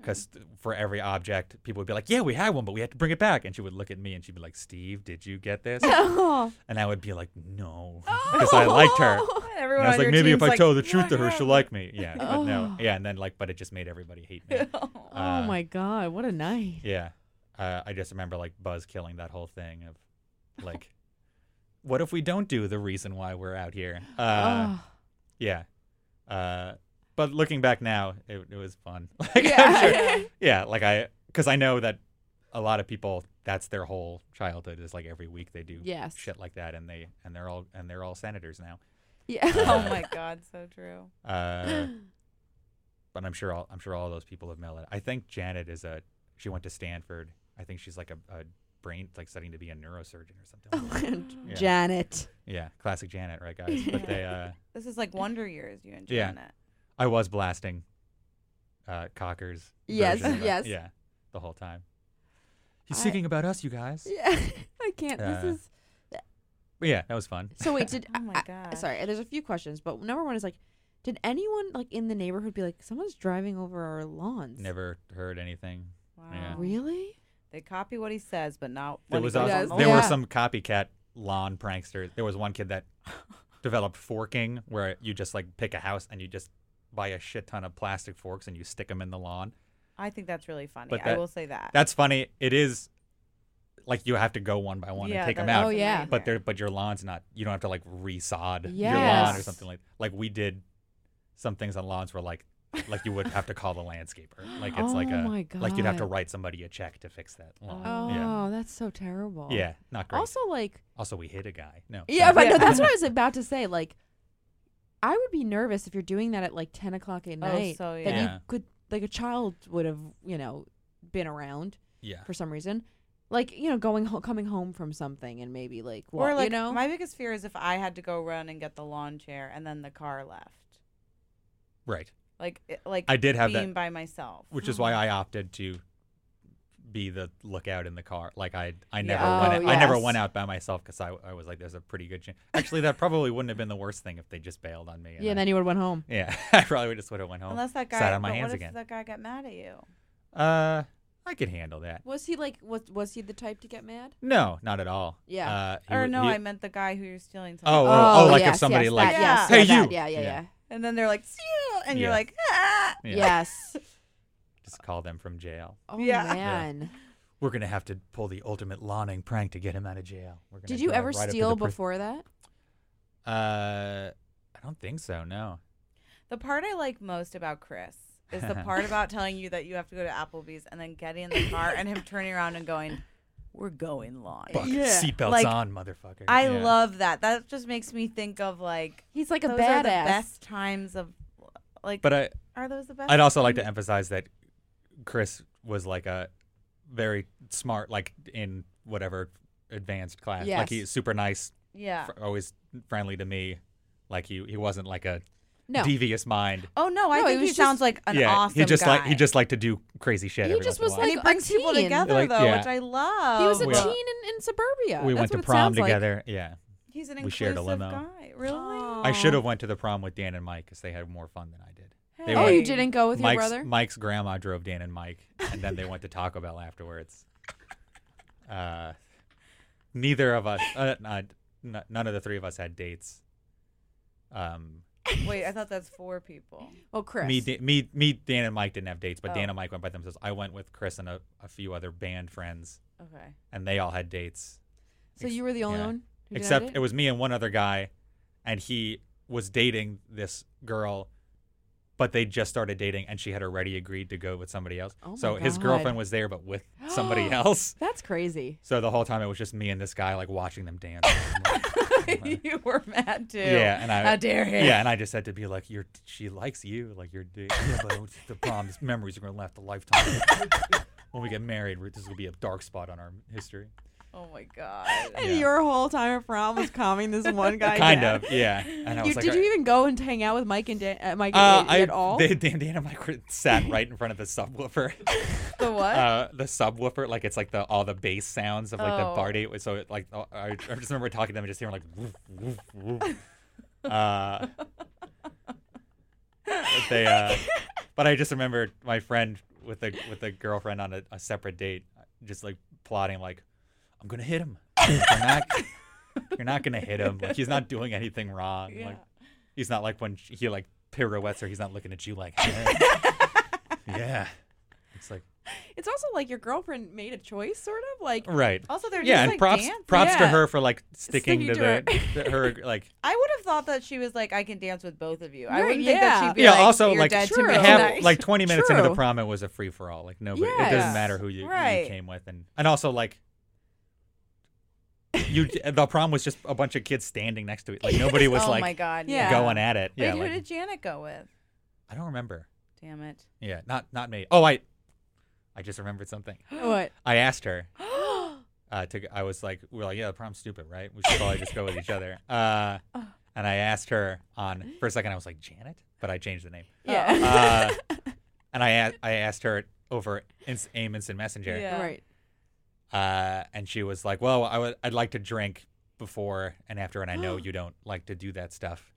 Speaker 3: Because for every object, people would be like, "Yeah, we had one, but we had to bring it back." And she would look at me and she'd be like, "Steve, did you get this?"
Speaker 2: Oh.
Speaker 3: and I would be like, "No," because I liked her. And
Speaker 1: everyone
Speaker 3: I was
Speaker 1: on
Speaker 3: like,
Speaker 1: your
Speaker 3: maybe if
Speaker 1: team's
Speaker 3: I
Speaker 1: like,
Speaker 3: tell the
Speaker 1: "You
Speaker 3: truth to her,
Speaker 1: had
Speaker 3: she'll
Speaker 1: one."
Speaker 3: like me. Yeah, but no, yeah, and then like, but it just made everybody hate me.
Speaker 2: oh
Speaker 3: Uh,
Speaker 2: my god. What a night.
Speaker 3: Yeah, uh, I just remember like Buzz killing that whole thing of, like, what if we don't do the reason why we're out here? Uh,
Speaker 2: oh.
Speaker 3: Yeah, uh, but looking back now, it, it was fun. Like, I'm sure,
Speaker 2: Yeah.
Speaker 3: yeah, like I, because I know that a lot of people, that's their whole childhood is like every week they do
Speaker 2: Yes.
Speaker 3: shit like that, and they and they're all and they're all senators now.
Speaker 2: yeah.
Speaker 1: Oh my God, so true.
Speaker 3: Uh, but I'm sure all I'm sure all those people have mellowed. I think Janet is a she went to Stanford. I think she's like a, a brain like studying to be a neurosurgeon or something.
Speaker 2: Oh.
Speaker 3: like that. Yeah.
Speaker 2: Janet.
Speaker 3: yeah, classic Janet, right guys? But they uh,
Speaker 1: This is like Wonder Years. You and
Speaker 3: Yeah.
Speaker 1: Janet.
Speaker 3: I was blasting uh, Cocker's
Speaker 2: Yes,
Speaker 3: version of it.
Speaker 2: yes.
Speaker 3: yeah the whole time. He's
Speaker 2: I-
Speaker 3: singing about us, you guys.
Speaker 2: Yeah. I can't.
Speaker 3: Uh,
Speaker 2: this is.
Speaker 3: But yeah, that was fun.
Speaker 2: So wait, did
Speaker 1: Oh my
Speaker 2: I- I-
Speaker 1: gosh.
Speaker 2: sorry, there's a few questions, but number one is like, did anyone like in the neighborhood be like, someone's driving over our lawns?
Speaker 3: Never heard anything.
Speaker 1: Wow.
Speaker 3: Yeah.
Speaker 2: Really?
Speaker 1: They copy what he says, but not.
Speaker 3: There
Speaker 1: when he
Speaker 3: was
Speaker 1: goes
Speaker 3: also,
Speaker 1: on the
Speaker 3: there
Speaker 2: Yeah.
Speaker 3: were
Speaker 1: lawn.
Speaker 3: some copycat lawn pranksters. There was one kid that developed forking, where you just like pick a house and you just buy a shit ton of plastic forks and you stick them in the lawn.
Speaker 1: I think that's really funny.
Speaker 3: But
Speaker 1: I
Speaker 3: that-
Speaker 1: will say that.
Speaker 3: That's funny. It is like you have to go one by one and take them
Speaker 1: that-
Speaker 3: out.
Speaker 2: Oh, yeah.
Speaker 1: nightmare.
Speaker 3: But there, but your lawn's not. You don't have to like resod your lawn or
Speaker 2: Yes.
Speaker 3: something like. Like we did some things on lawns where like. like you would have to call the landscaper. Like it's like
Speaker 2: Oh
Speaker 3: a
Speaker 2: my
Speaker 3: like you'd have to
Speaker 2: God.
Speaker 3: write somebody a check to fix that lawn.
Speaker 2: Oh,
Speaker 3: Yeah.
Speaker 2: that's so terrible.
Speaker 3: Yeah, not great.
Speaker 2: Oh. Also, like,
Speaker 3: Also, we hit a guy. No.
Speaker 2: yeah,
Speaker 3: sorry.
Speaker 2: but no,
Speaker 1: Yeah.
Speaker 2: that's what I was about to say. Like, I would be nervous if you're doing that at like 10 o'clock at night.
Speaker 1: Oh, so,
Speaker 2: That
Speaker 3: yeah.
Speaker 2: you could, like, a child would have, you know, been around
Speaker 3: yeah.
Speaker 2: for some reason. Like, you know, going home, coming home from something and maybe like,
Speaker 1: Or
Speaker 2: wa-
Speaker 1: like
Speaker 2: you know?
Speaker 1: my biggest fear is if I had to go run and get the lawn chair and then the car left,
Speaker 3: Right.
Speaker 1: like it- like
Speaker 3: I did have
Speaker 1: being
Speaker 3: that,
Speaker 1: by myself.
Speaker 3: which is why
Speaker 2: Uh-huh.
Speaker 3: I opted to be the lookout in the car. Like I, I never
Speaker 1: Yeah.
Speaker 3: went.
Speaker 2: Oh,
Speaker 3: I never
Speaker 2: yes.
Speaker 3: went out by myself because I, I was like, there's a pretty good chance. Actually, that probably wouldn't have been the worst thing if they just bailed on me.
Speaker 2: yeah, and
Speaker 3: I,
Speaker 2: then you would have went home.
Speaker 3: yeah, I probably would just would have went home.
Speaker 1: Unless that guy
Speaker 3: sat on my
Speaker 1: but
Speaker 3: hands
Speaker 1: what if
Speaker 3: again.
Speaker 1: That guy got mad at you.
Speaker 3: Uh, I could handle that.
Speaker 2: Was he like, was, was he the type to get mad?
Speaker 3: No, not at all.
Speaker 2: Yeah.
Speaker 3: Uh, he
Speaker 1: Or
Speaker 3: would-
Speaker 1: no,
Speaker 3: he-
Speaker 1: I meant the guy who you're stealing. something
Speaker 3: Oh,
Speaker 1: from.
Speaker 3: oh, oh, like if
Speaker 2: yes,
Speaker 3: somebody
Speaker 2: yes,
Speaker 3: like,
Speaker 2: that, yes, yeah,
Speaker 3: hey you.
Speaker 2: that, yeah, yeah, yeah.
Speaker 1: and then they're like, "Seal," and you're
Speaker 3: Yeah.
Speaker 1: like, ah.
Speaker 3: yeah.
Speaker 2: Yes.
Speaker 3: Just call them from jail.
Speaker 2: Oh
Speaker 1: Yeah. Yeah.
Speaker 2: man.
Speaker 3: We're gonna have to pull the ultimate lawning prank to get him out of jail. We're gonna
Speaker 2: Did you
Speaker 3: drive
Speaker 2: ever
Speaker 3: right up to
Speaker 2: steal
Speaker 3: the prison-
Speaker 2: before that?
Speaker 3: Uh, I don't think so. No.
Speaker 1: The part I like most about Chris is the part about telling you that you have to go to Applebee's and then getting in the car and him turning around and going, "We're going long."
Speaker 3: Fuck,
Speaker 2: Yeah.
Speaker 3: seatbelts
Speaker 1: Like,
Speaker 3: on, motherfucker.
Speaker 1: I
Speaker 3: Yeah.
Speaker 1: love that. That just makes me think of like
Speaker 2: He's like a
Speaker 1: those
Speaker 2: badass.
Speaker 1: are the best times of like.
Speaker 3: But uh, I,
Speaker 1: are those the best?
Speaker 3: I'd also like to emphasize that Chris was like a very smart, like in whatever advanced class.
Speaker 2: Yes.
Speaker 3: Like he's super nice,
Speaker 1: Yeah.
Speaker 3: fr- always friendly to me. Like he, he wasn't like a
Speaker 2: No.
Speaker 3: devious mind.
Speaker 1: Oh no, I
Speaker 2: No, he
Speaker 1: think he
Speaker 2: was just-
Speaker 1: sounds like an
Speaker 3: yeah,
Speaker 1: awesome
Speaker 3: he just
Speaker 1: guy.
Speaker 3: like he just liked to do crazy shit.
Speaker 2: He
Speaker 3: every
Speaker 2: just
Speaker 3: once
Speaker 2: was
Speaker 3: in a
Speaker 1: and
Speaker 3: like,
Speaker 1: he
Speaker 2: like a
Speaker 1: brings people
Speaker 2: teen.
Speaker 1: together
Speaker 3: Like,
Speaker 1: though,
Speaker 3: yeah.
Speaker 1: which I love.
Speaker 2: he was a
Speaker 3: We-
Speaker 2: teen in, in suburbia.
Speaker 3: we
Speaker 2: That's
Speaker 3: went to
Speaker 2: what it
Speaker 3: prom
Speaker 2: sounds like.
Speaker 3: together. Yeah,
Speaker 1: He's an
Speaker 3: We
Speaker 1: inclusive
Speaker 3: shared a limo.
Speaker 1: guy. Really?
Speaker 3: I should
Speaker 2: Aw.
Speaker 3: have went to the prom with Dan and Mike because they had more fun than I did. They
Speaker 2: Oh,
Speaker 3: went-
Speaker 2: you didn't go with
Speaker 3: Mike's,
Speaker 2: your brother?
Speaker 3: Mike's grandma drove Dan and Mike, and then they went to Taco Bell afterwards. Uh, neither of us, uh, not, n- none of the three of us had dates. Um,
Speaker 1: Wait, I thought that's four people.
Speaker 2: Well, Chris.
Speaker 3: me, Da- me, me, Dan and Mike didn't have dates, but
Speaker 1: Oh.
Speaker 3: Dan and Mike went by themselves. I went with Chris and a, a few other band friends,
Speaker 1: Okay.
Speaker 3: and they all had dates.
Speaker 2: so you were the only
Speaker 3: yeah.
Speaker 2: one. Who
Speaker 3: Except
Speaker 2: did
Speaker 3: it was me and one other guy, and he was dating this girl, but they just started dating, and she had already agreed to go with somebody else.
Speaker 2: Oh my
Speaker 3: so his
Speaker 2: God.
Speaker 3: girlfriend was there, but with somebody else.
Speaker 2: That's crazy.
Speaker 3: So the whole time it was just me and this guy like watching them dance.
Speaker 1: you were mad too.
Speaker 3: yeah, and I
Speaker 1: How dare him?
Speaker 3: yeah, and I just had to be like, "You're she likes you, like you're da- yeah, but it's the problem. These memories are gonna last a lifetime. when we get married, we're- this will be a dark spot on our history.
Speaker 1: Oh my god.
Speaker 3: And Yeah. your
Speaker 2: whole time at prom was calming this one guy.
Speaker 3: kind of, yeah. And I was
Speaker 2: You,
Speaker 3: like,
Speaker 2: did
Speaker 3: "All
Speaker 2: you
Speaker 3: right."
Speaker 2: even go and hang out with Mike and Dan, uh, Mike
Speaker 3: Uh,
Speaker 2: and
Speaker 3: I,
Speaker 2: Andy at all?
Speaker 3: They, Dan, Dan and Mike were- sat right in front of the subwoofer.
Speaker 1: The what?
Speaker 3: Uh, the subwoofer, like it's like the all the bass sounds of like
Speaker 1: Oh.
Speaker 3: the party. So it, like oh, I, I just remember talking to them and just hearing like. Woof, woof, woof. Uh, they, uh, but I just remember my friend with a with a girlfriend on a, a separate date, just like plotting like, I'm gonna hit him. I'm not- you're not gonna hit him. Like he's not doing anything wrong. Like, He's not like when sh- he like pirouettes her. He's not looking at you like, "Hey." yeah. It's like
Speaker 2: It's also like your girlfriend made a choice, sort of like.
Speaker 3: right.
Speaker 1: also, they're
Speaker 3: yeah,
Speaker 1: just
Speaker 3: and
Speaker 1: like
Speaker 3: props
Speaker 1: dancing.
Speaker 3: props to
Speaker 2: Yeah.
Speaker 3: her for like sticking
Speaker 2: Sticking
Speaker 3: to,
Speaker 2: to
Speaker 3: the, the her like.
Speaker 1: I would have thought that she was like, I can dance with both of you. I
Speaker 2: Right,
Speaker 1: wouldn't think that
Speaker 2: yeah.
Speaker 1: she'd be
Speaker 3: yeah.
Speaker 1: like,
Speaker 3: also,
Speaker 1: you're
Speaker 3: like
Speaker 1: dead to
Speaker 2: True.
Speaker 1: me
Speaker 3: half-
Speaker 1: tonight."
Speaker 3: like twenty minutes into
Speaker 2: True.
Speaker 3: the prom, it was a free for all. Like nobody, it
Speaker 2: Yes.
Speaker 3: doesn't matter who you,
Speaker 1: Right.
Speaker 3: you came with, and and also like. You the prom was just a bunch of kids standing next to it. Like nobody was
Speaker 1: oh
Speaker 3: like
Speaker 1: my god, yeah.
Speaker 2: Yeah.
Speaker 3: going at it.
Speaker 1: Wait,
Speaker 3: Yeah,
Speaker 1: who
Speaker 3: like,
Speaker 1: did Janet go with?
Speaker 3: I don't remember.
Speaker 1: Damn it.
Speaker 3: Yeah, not not me. Oh, I I just remembered something.
Speaker 2: What?
Speaker 3: I asked her. Uh, to, I was like, we were like, yeah, the prom's stupid, right? We should probably just go with each other. Uh, and I asked her on for a second. I was like, Janet, but I changed the name.
Speaker 2: Yeah.
Speaker 3: Uh, and I a- I asked her over Inst- AIM Instant Messenger.
Speaker 1: Yeah.
Speaker 2: Right.
Speaker 3: Uh, and she was like, well, I would I'd like to drink before and after, and I know you don't like to do that stuff.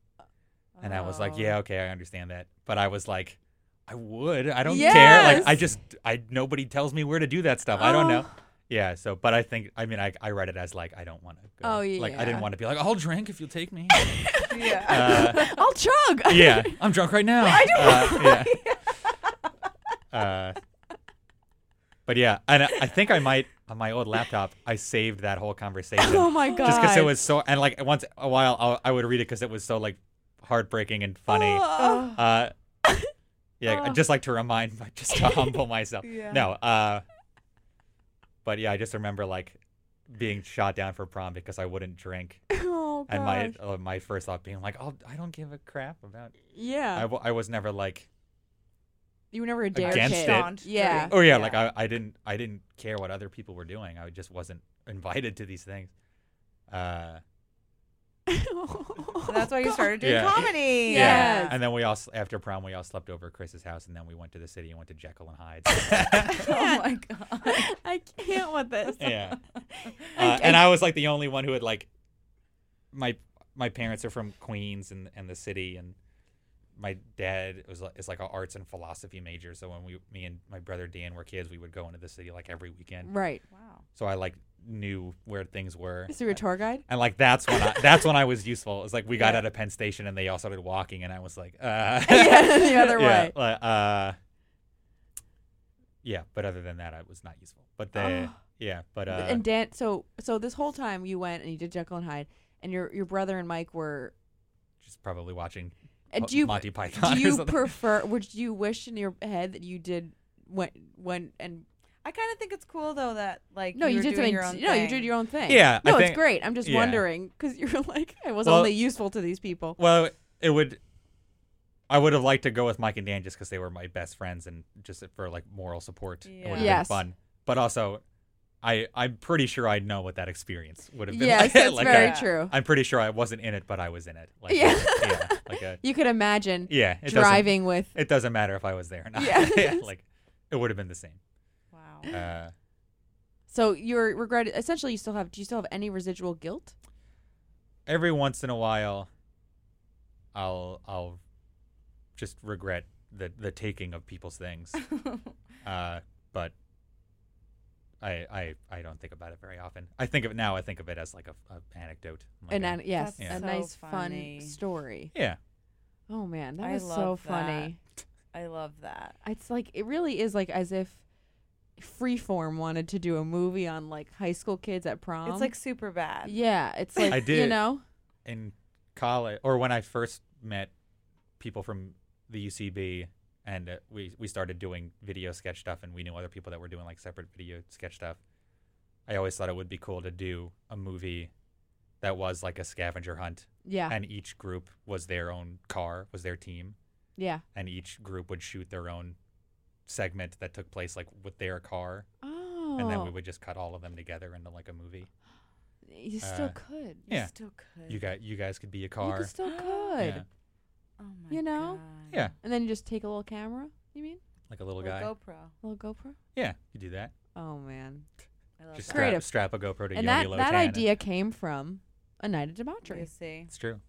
Speaker 3: And I was like,
Speaker 1: Oh.
Speaker 3: yeah, okay, I understand that. But I was like, I would. I don't care. Like, I
Speaker 2: Yes.
Speaker 3: just, I nobody tells me where to do that stuff. I don't know. Yeah. So, but I think, I mean, I, I read it as like, I don't want to go.
Speaker 2: Oh, yeah,
Speaker 3: Like, I
Speaker 2: yeah.
Speaker 3: didn't want to be like, I'll drink if you'll take me.
Speaker 1: Yeah.
Speaker 3: uh,
Speaker 2: I'll chug.
Speaker 3: yeah. I'm drunk right now. I don't uh, yeah. uh, But yeah, and I, I think I might, on my old laptop, I saved that whole conversation
Speaker 2: Oh my god.
Speaker 3: just because it was so and like once a while I'll, i would read it because it was so like heartbreaking and funny
Speaker 2: Oh.
Speaker 3: uh yeah I just like to remind my- just to humble myself
Speaker 1: Yeah.
Speaker 3: no uh but yeah i just remember like being shot down for prom because i wouldn't drink
Speaker 2: Oh,
Speaker 3: and
Speaker 2: gosh.
Speaker 3: my uh, my first thought being like I'll, i don't give a crap about I,
Speaker 2: yeah.
Speaker 3: w- I was never like
Speaker 2: you were never a dare
Speaker 3: against
Speaker 2: kid.
Speaker 3: it.
Speaker 1: Staunch,
Speaker 2: Yeah.
Speaker 3: oh yeah, like I, I didn't i didn't care what other people were doing i just wasn't invited to these things uh
Speaker 1: So that's why you started doing
Speaker 3: Yeah.
Speaker 1: comedy.
Speaker 2: Yeah. Yes.
Speaker 3: And then we all s- after prom we all slept over at Chris's house and then we went to the city and went to Jekyll and Hyde. Uh,
Speaker 1: Oh my god.
Speaker 2: I can't with this.
Speaker 3: yeah. Uh, and I was like the only one who had like my my parents are from Queens and and the city and my dad was like, is like an arts and philosophy major so when we me and my brother Dan were kids we would go into the city like every weekend.
Speaker 2: Right.
Speaker 1: Wow.
Speaker 3: So I like knew where things were.
Speaker 2: So you're a tour guide?
Speaker 3: And like that's when I, that's when I was useful. It's like we got
Speaker 2: Yeah.
Speaker 3: out of Penn Station and they all started walking and I was like uh
Speaker 2: yeah, the other way.
Speaker 3: like, uh, yeah, but other than that, I was not useful. But the yeah, but uh,
Speaker 2: Ah. and Dan, so so this whole time you went and you did Jekyll and Hyde, and your your brother and Mike were.
Speaker 3: just probably watching
Speaker 2: Uh,
Speaker 3: Mo-
Speaker 2: do you
Speaker 3: Monty Python.
Speaker 2: do
Speaker 3: or
Speaker 2: you
Speaker 3: something.
Speaker 2: prefer? Would you wish in your head that you did went went and
Speaker 1: I kind of think it's cool though that like
Speaker 2: no,
Speaker 1: you,
Speaker 2: you,
Speaker 1: were
Speaker 2: did
Speaker 1: doing
Speaker 2: something.
Speaker 1: your own
Speaker 2: no, you
Speaker 1: thing.
Speaker 2: did your own thing.
Speaker 3: Yeah, I
Speaker 2: no, it's
Speaker 3: think-
Speaker 2: great. I'm just
Speaker 3: yeah.
Speaker 2: wondering because you're like I was
Speaker 3: Well-
Speaker 2: only useful to these people.
Speaker 3: Well, it would. I would have liked to go with Mike and Dan just because they were my best friends and just for like moral support. It would
Speaker 1: Yeah.
Speaker 3: have
Speaker 2: Yes.
Speaker 3: been fun. But also, I I'm pretty sure I know what that experience would have been.
Speaker 2: Yes,
Speaker 3: like.
Speaker 2: that's
Speaker 3: Like,
Speaker 2: very
Speaker 3: I,
Speaker 2: true.
Speaker 3: I'm pretty sure I wasn't in it, but I was in it. Like,
Speaker 2: Yeah.
Speaker 3: yeah, like a,
Speaker 2: You could imagine
Speaker 3: yeah. It doesn't,
Speaker 2: driving with
Speaker 3: it doesn't matter if I was there or not.
Speaker 2: Yeah.
Speaker 3: like it would have been the same.
Speaker 1: Wow.
Speaker 3: Uh,
Speaker 2: So you're regret essentially you still have do you still have any residual guilt?
Speaker 3: every once in a while, I'll I'll just regret the the taking of people's things. Uh, but I, I I don't think about it very often. I think of it now. I think of it as like a, a anecdote. Like
Speaker 2: An
Speaker 3: a-
Speaker 2: an, yes,
Speaker 1: That's
Speaker 2: a
Speaker 1: so
Speaker 2: nice
Speaker 1: funny.
Speaker 2: fun story.
Speaker 3: yeah.
Speaker 2: Oh man, that
Speaker 1: I
Speaker 2: was so
Speaker 1: love
Speaker 2: funny.
Speaker 1: I love that.
Speaker 2: It's like it really is like as if Freeform wanted to do a movie on like high school kids at prom.
Speaker 1: It's like super bad.
Speaker 2: yeah, it's like
Speaker 3: I
Speaker 2: you
Speaker 3: did-
Speaker 2: know
Speaker 3: In college, or when I first met people from the UCB, and uh, we we started doing video sketch stuff, and we knew other people that were doing like separate video sketch stuff. I always thought it would be cool to do a movie that was like a scavenger hunt,
Speaker 2: yeah
Speaker 3: and each group was their own car, was their team.
Speaker 2: yeah.
Speaker 3: and each group would shoot their own segment that took place like with their car
Speaker 2: Oh,
Speaker 3: and then we would just cut all of them together into like a movie
Speaker 2: Oh, you still
Speaker 3: uh,
Speaker 2: could.
Speaker 3: yeah.
Speaker 1: Still could.
Speaker 3: you guys you guys could be a
Speaker 2: You
Speaker 3: car
Speaker 2: could still
Speaker 3: yeah.
Speaker 2: could.
Speaker 1: Oh my
Speaker 2: you
Speaker 1: God.
Speaker 2: know?
Speaker 3: Yeah,
Speaker 2: And then you just take a little camera. You mean
Speaker 3: like a little
Speaker 1: Or
Speaker 3: guy
Speaker 1: GoPro.
Speaker 2: a little GoPro?
Speaker 3: yeah you do that
Speaker 2: Oh man,
Speaker 1: I love
Speaker 3: just
Speaker 1: that.
Speaker 2: Great.
Speaker 3: strap, strap a gopro to
Speaker 2: and
Speaker 3: Yoni
Speaker 2: that
Speaker 3: Lotan
Speaker 2: that
Speaker 3: and-
Speaker 2: idea came from a night of debauchery.
Speaker 1: You see.
Speaker 3: it's true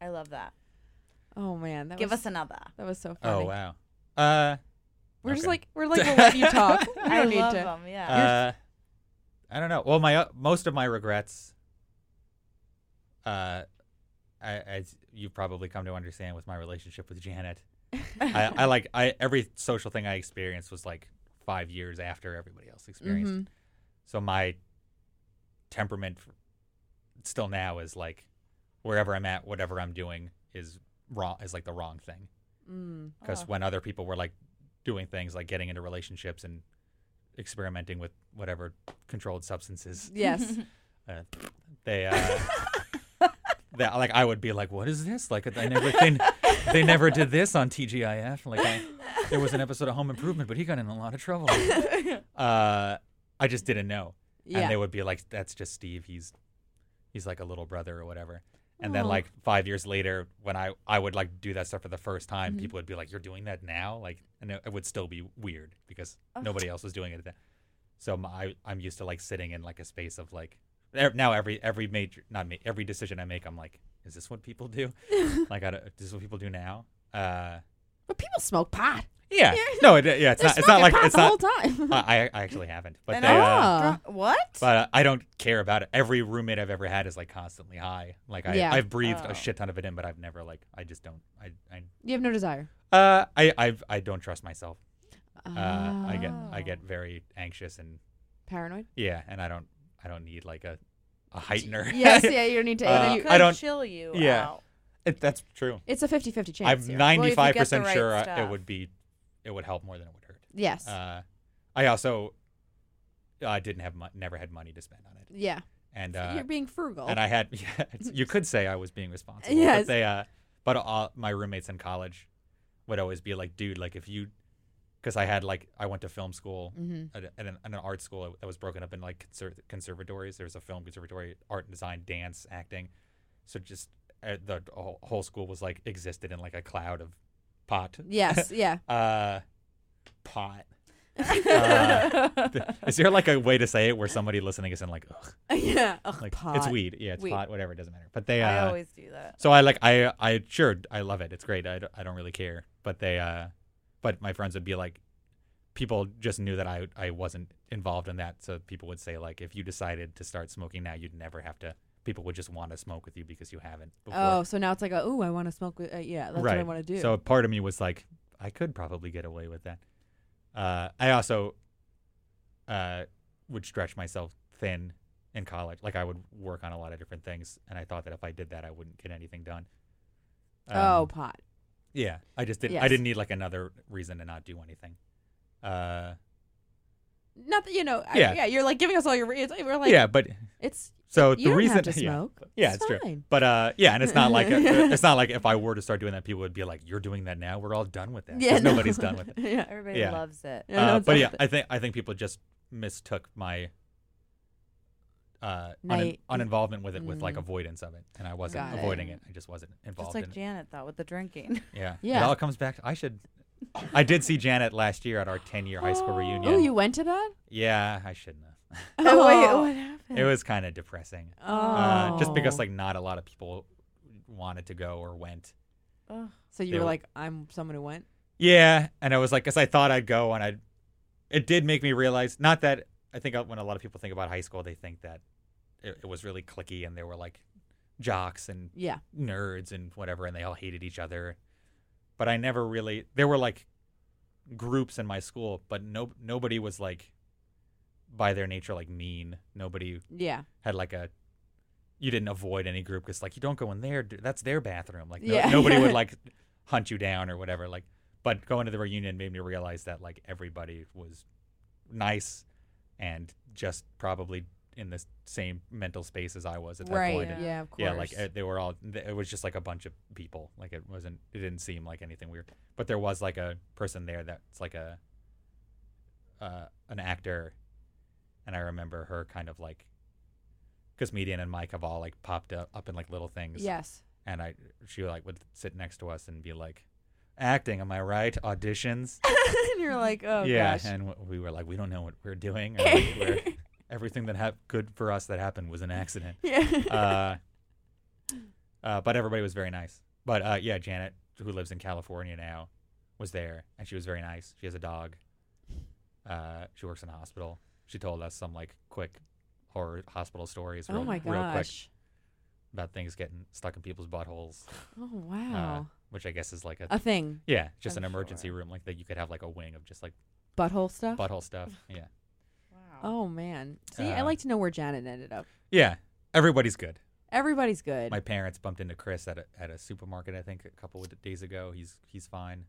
Speaker 1: I love that.
Speaker 2: Oh man, that
Speaker 1: Give
Speaker 2: was,
Speaker 1: us another.
Speaker 2: that was so funny.
Speaker 3: oh wow uh
Speaker 2: We're just
Speaker 3: Okay.
Speaker 2: like we're like we'll let you talk. We don't
Speaker 1: I
Speaker 2: need
Speaker 1: love
Speaker 2: to.
Speaker 1: them. Yeah.
Speaker 3: uh i don't know well my uh, most of my regrets uh I, as you've probably come to understand with my relationship with Janet, I, I like I every social thing I experienced was like five years after everybody else experienced.
Speaker 2: Mhm.
Speaker 3: So my temperament f- still now is like wherever I'm at, whatever I'm doing is wrong is like the wrong thing.
Speaker 2: Mm.
Speaker 3: Because
Speaker 1: Oh.
Speaker 3: when other people were like doing things like getting into relationships and experimenting with whatever controlled substances,
Speaker 2: Yes.
Speaker 3: uh, they uh, that like I would be like, what is this? Like I never they, they never did this on TGIF. Like I, there was an episode of Home Improvement, but he got in a lot of trouble. uh, I just didn't know,
Speaker 2: yeah.
Speaker 3: and they would be like, that's just Steve. He's he's like a little brother or whatever. And then
Speaker 2: Aw.
Speaker 3: like five years later, when I I would like do that stuff for the first time,
Speaker 2: Mhm.
Speaker 3: people would be like, you're doing that now, like, and it, it would still be weird because
Speaker 1: Ugh.
Speaker 3: nobody else was doing it. Then. So my, I'm used to like sitting in like a space of like e- now every every major not ma- every decision I make I'm like is this what people do like I don't, is this what people do now uh
Speaker 2: but people smoke pot.
Speaker 3: yeah no it, yeah it's
Speaker 2: They're
Speaker 3: not it's not
Speaker 2: smoking
Speaker 3: like
Speaker 2: pot
Speaker 3: it's
Speaker 2: the
Speaker 3: not Uh,
Speaker 2: whole time.
Speaker 3: I, I I actually haven't but
Speaker 1: And
Speaker 3: they,
Speaker 1: I-
Speaker 3: uh,
Speaker 2: Oh.
Speaker 1: Dr- what?
Speaker 3: but uh, I don't care about it every roommate I've ever had is like constantly high like I
Speaker 2: Yeah.
Speaker 3: I've breathed
Speaker 1: Oh.
Speaker 3: a shit ton of it in but I've never like I just don't I I
Speaker 2: you have no desire.
Speaker 3: uh I I've, I don't trust myself uh, I get
Speaker 2: Ah.
Speaker 3: I
Speaker 1: Oh.
Speaker 3: get very anxious and
Speaker 2: paranoid.
Speaker 3: Yeah, and I don't I don't need like a a heightener.
Speaker 2: yes. Yeah. You don't need to.
Speaker 3: Uh,
Speaker 2: you-
Speaker 1: Could
Speaker 3: I don't-
Speaker 1: chill you
Speaker 3: yeah.
Speaker 1: out.
Speaker 3: It- that's true.
Speaker 2: it's a 50-50 chance.
Speaker 3: I'm
Speaker 2: here.
Speaker 1: if
Speaker 3: ninety
Speaker 1: you get
Speaker 3: five
Speaker 1: the
Speaker 3: percent
Speaker 1: right
Speaker 3: sure I- it
Speaker 1: stuff.
Speaker 3: would be it would help more than it would hurt.
Speaker 2: yes.
Speaker 3: Uh, I also I didn't have mon- never had money to spend on it,
Speaker 2: yeah.
Speaker 3: and uh,
Speaker 2: You're being frugal.
Speaker 3: and I had yeah, it's- you could say I was being responsible.
Speaker 2: Yes.
Speaker 3: But they uh, but uh, my roommates in college would always be like, dude, like if you, because I had like I went to film school
Speaker 2: mm-hmm.
Speaker 3: at, a- at, an, at an art school that was broken up in like conser- conservatories. There was a film conservatory, art and design, dance, acting. So just uh, the whole, whole school was like existed in like a cloud of pot.
Speaker 2: Yes. Yeah.
Speaker 3: Uh, pot. Uh, th- is there like a way to say it where somebody listening is in like, ugh,
Speaker 2: yeah. Ugh,
Speaker 3: like it's
Speaker 2: pot.
Speaker 3: weed, yeah, it's
Speaker 2: Weed.
Speaker 3: pot, whatever, it doesn't matter. But they, uh,
Speaker 1: I always do that.
Speaker 3: so I like I I sure I love it. It's great. I, don't- I don't really care. But they uh but my friends would be like people just knew that I I wasn't involved in that. So people would say like if you decided to start smoking now you'd never have to people would just want to smoke with you because you haven't before.
Speaker 2: Oh, so now it's like, a, ooh, I want to smoke. With, uh, yeah, that's
Speaker 3: right.
Speaker 2: what I want to do.
Speaker 3: So part of me was like I could probably get away with that. Uh, I also uh, would stretch myself thin in college. Like I would work on a lot of different things, and I thought that if I did that, I wouldn't get anything done. Um,
Speaker 2: oh, pot.
Speaker 3: yeah. I just didn't. I
Speaker 2: Yes.
Speaker 3: didn't need like another reason to not do anything. Uh,
Speaker 2: Not that you know. Yeah.
Speaker 3: Yeah.
Speaker 2: I, yeah. You're like giving us all your. It's, we're like.
Speaker 3: yeah, but
Speaker 2: It's
Speaker 3: so
Speaker 2: you
Speaker 3: the
Speaker 2: don't
Speaker 3: reason
Speaker 2: have to
Speaker 3: yeah.
Speaker 2: smoke.
Speaker 3: Yeah,
Speaker 2: it's,
Speaker 3: it's,
Speaker 2: fine.
Speaker 3: true. But uh, yeah, and it's not like it's not like if I were to start doing that, people would be like, "You're doing that now. We're all done with that." 'cause
Speaker 2: Yeah, no.
Speaker 3: nobody's done with it.
Speaker 2: yeah.
Speaker 1: Everybody
Speaker 3: Yeah.
Speaker 1: loves it.
Speaker 2: Yeah, no,
Speaker 3: uh,
Speaker 2: it's
Speaker 3: but
Speaker 2: all
Speaker 3: yeah,
Speaker 2: good.
Speaker 3: I think I think people just mistook my uh un-
Speaker 2: Night-
Speaker 3: uninvolvement with it with like
Speaker 2: Mm.
Speaker 3: avoidance of it, and I wasn't
Speaker 2: Got it.
Speaker 3: avoiding it. I just wasn't
Speaker 1: Just
Speaker 3: involved
Speaker 1: like
Speaker 3: in
Speaker 1: Janet thought with the drinking.
Speaker 3: it. Yeah,
Speaker 2: Yeah.
Speaker 3: It all comes back. To, I should. I did see Janet last year at our 10 year high school reunion.
Speaker 2: Oh, you went to that?
Speaker 3: yeah, I shouldn't have.
Speaker 1: Oh, wait,
Speaker 2: Oh.
Speaker 1: what happened?
Speaker 3: It was kind of depressing.
Speaker 2: Oh.
Speaker 3: Uh, just because like not a lot of people wanted to go or went.
Speaker 1: Ugh.
Speaker 2: So you
Speaker 3: they
Speaker 2: were
Speaker 3: were-
Speaker 2: like, I'm someone who went.
Speaker 3: Yeah, and I was like, because I thought I'd go, and I, it did make me realize. Not that I think uh, when a lot of people think about high school, they think that it, it was really clicky, and there were like jocks and
Speaker 2: Yeah.
Speaker 3: nerds and whatever, and they all hated each other. But I never really. There were like groups in my school, but no nobody was like by their nature like mean. Nobody
Speaker 2: Yeah.
Speaker 3: had like a. You didn't avoid any group because like you don't go in there. d- That's their bathroom. Like no-
Speaker 2: Yeah.
Speaker 3: nobody would like hunt you down or whatever. Like, but going to the reunion made me realize that like everybody was nice and just probably in the same mental space as I was at that
Speaker 2: Right.
Speaker 3: point.
Speaker 2: Yeah.
Speaker 3: And-
Speaker 2: Of course.
Speaker 3: yeah, like uh, they were all. th- It was just like a bunch of people. Like it wasn't. It didn't seem like anything weird. But there was like a person there that's like a, uh, an actor, and I remember her kind of like, because Median and Mike have all like popped up up in like little things.
Speaker 2: yes.
Speaker 3: And I, she like would sit next to us and be like, acting. Am I right? Auditions.
Speaker 2: and you're like, oh
Speaker 3: yeah.
Speaker 2: gosh.
Speaker 3: And w- we were like, we don't know what we're doing. Or like, we're, everything that hap- good for us that happened was an accident
Speaker 2: yeah.
Speaker 3: uh, uh, but everybody was very nice. But uh, yeah, Janet, who lives in California now, was there, and she was very nice. She has a dog. Uh, she works in a hospital. She told us some like quick horror hospital stories.
Speaker 2: oh
Speaker 3: real,
Speaker 2: my
Speaker 3: real quick
Speaker 2: gosh.
Speaker 3: about things getting stuck in people's buttholes,
Speaker 2: Oh
Speaker 3: uh,
Speaker 2: wow.
Speaker 3: which I guess is like a
Speaker 2: a thing.
Speaker 3: yeah, just
Speaker 2: I'm
Speaker 3: an emergency
Speaker 2: sure.
Speaker 3: room like that. You could have like a wing of just like
Speaker 2: Butthole stuff.
Speaker 3: butthole stuff. Yeah,
Speaker 1: Wow.
Speaker 2: oh man. See, I
Speaker 3: Uh,
Speaker 2: like to know where Janet ended up.
Speaker 3: yeah. Everybody's good.
Speaker 2: Everybody's good.
Speaker 3: My parents bumped into Chris at a, at a supermarket, I think, a couple of days ago. He's he's fine.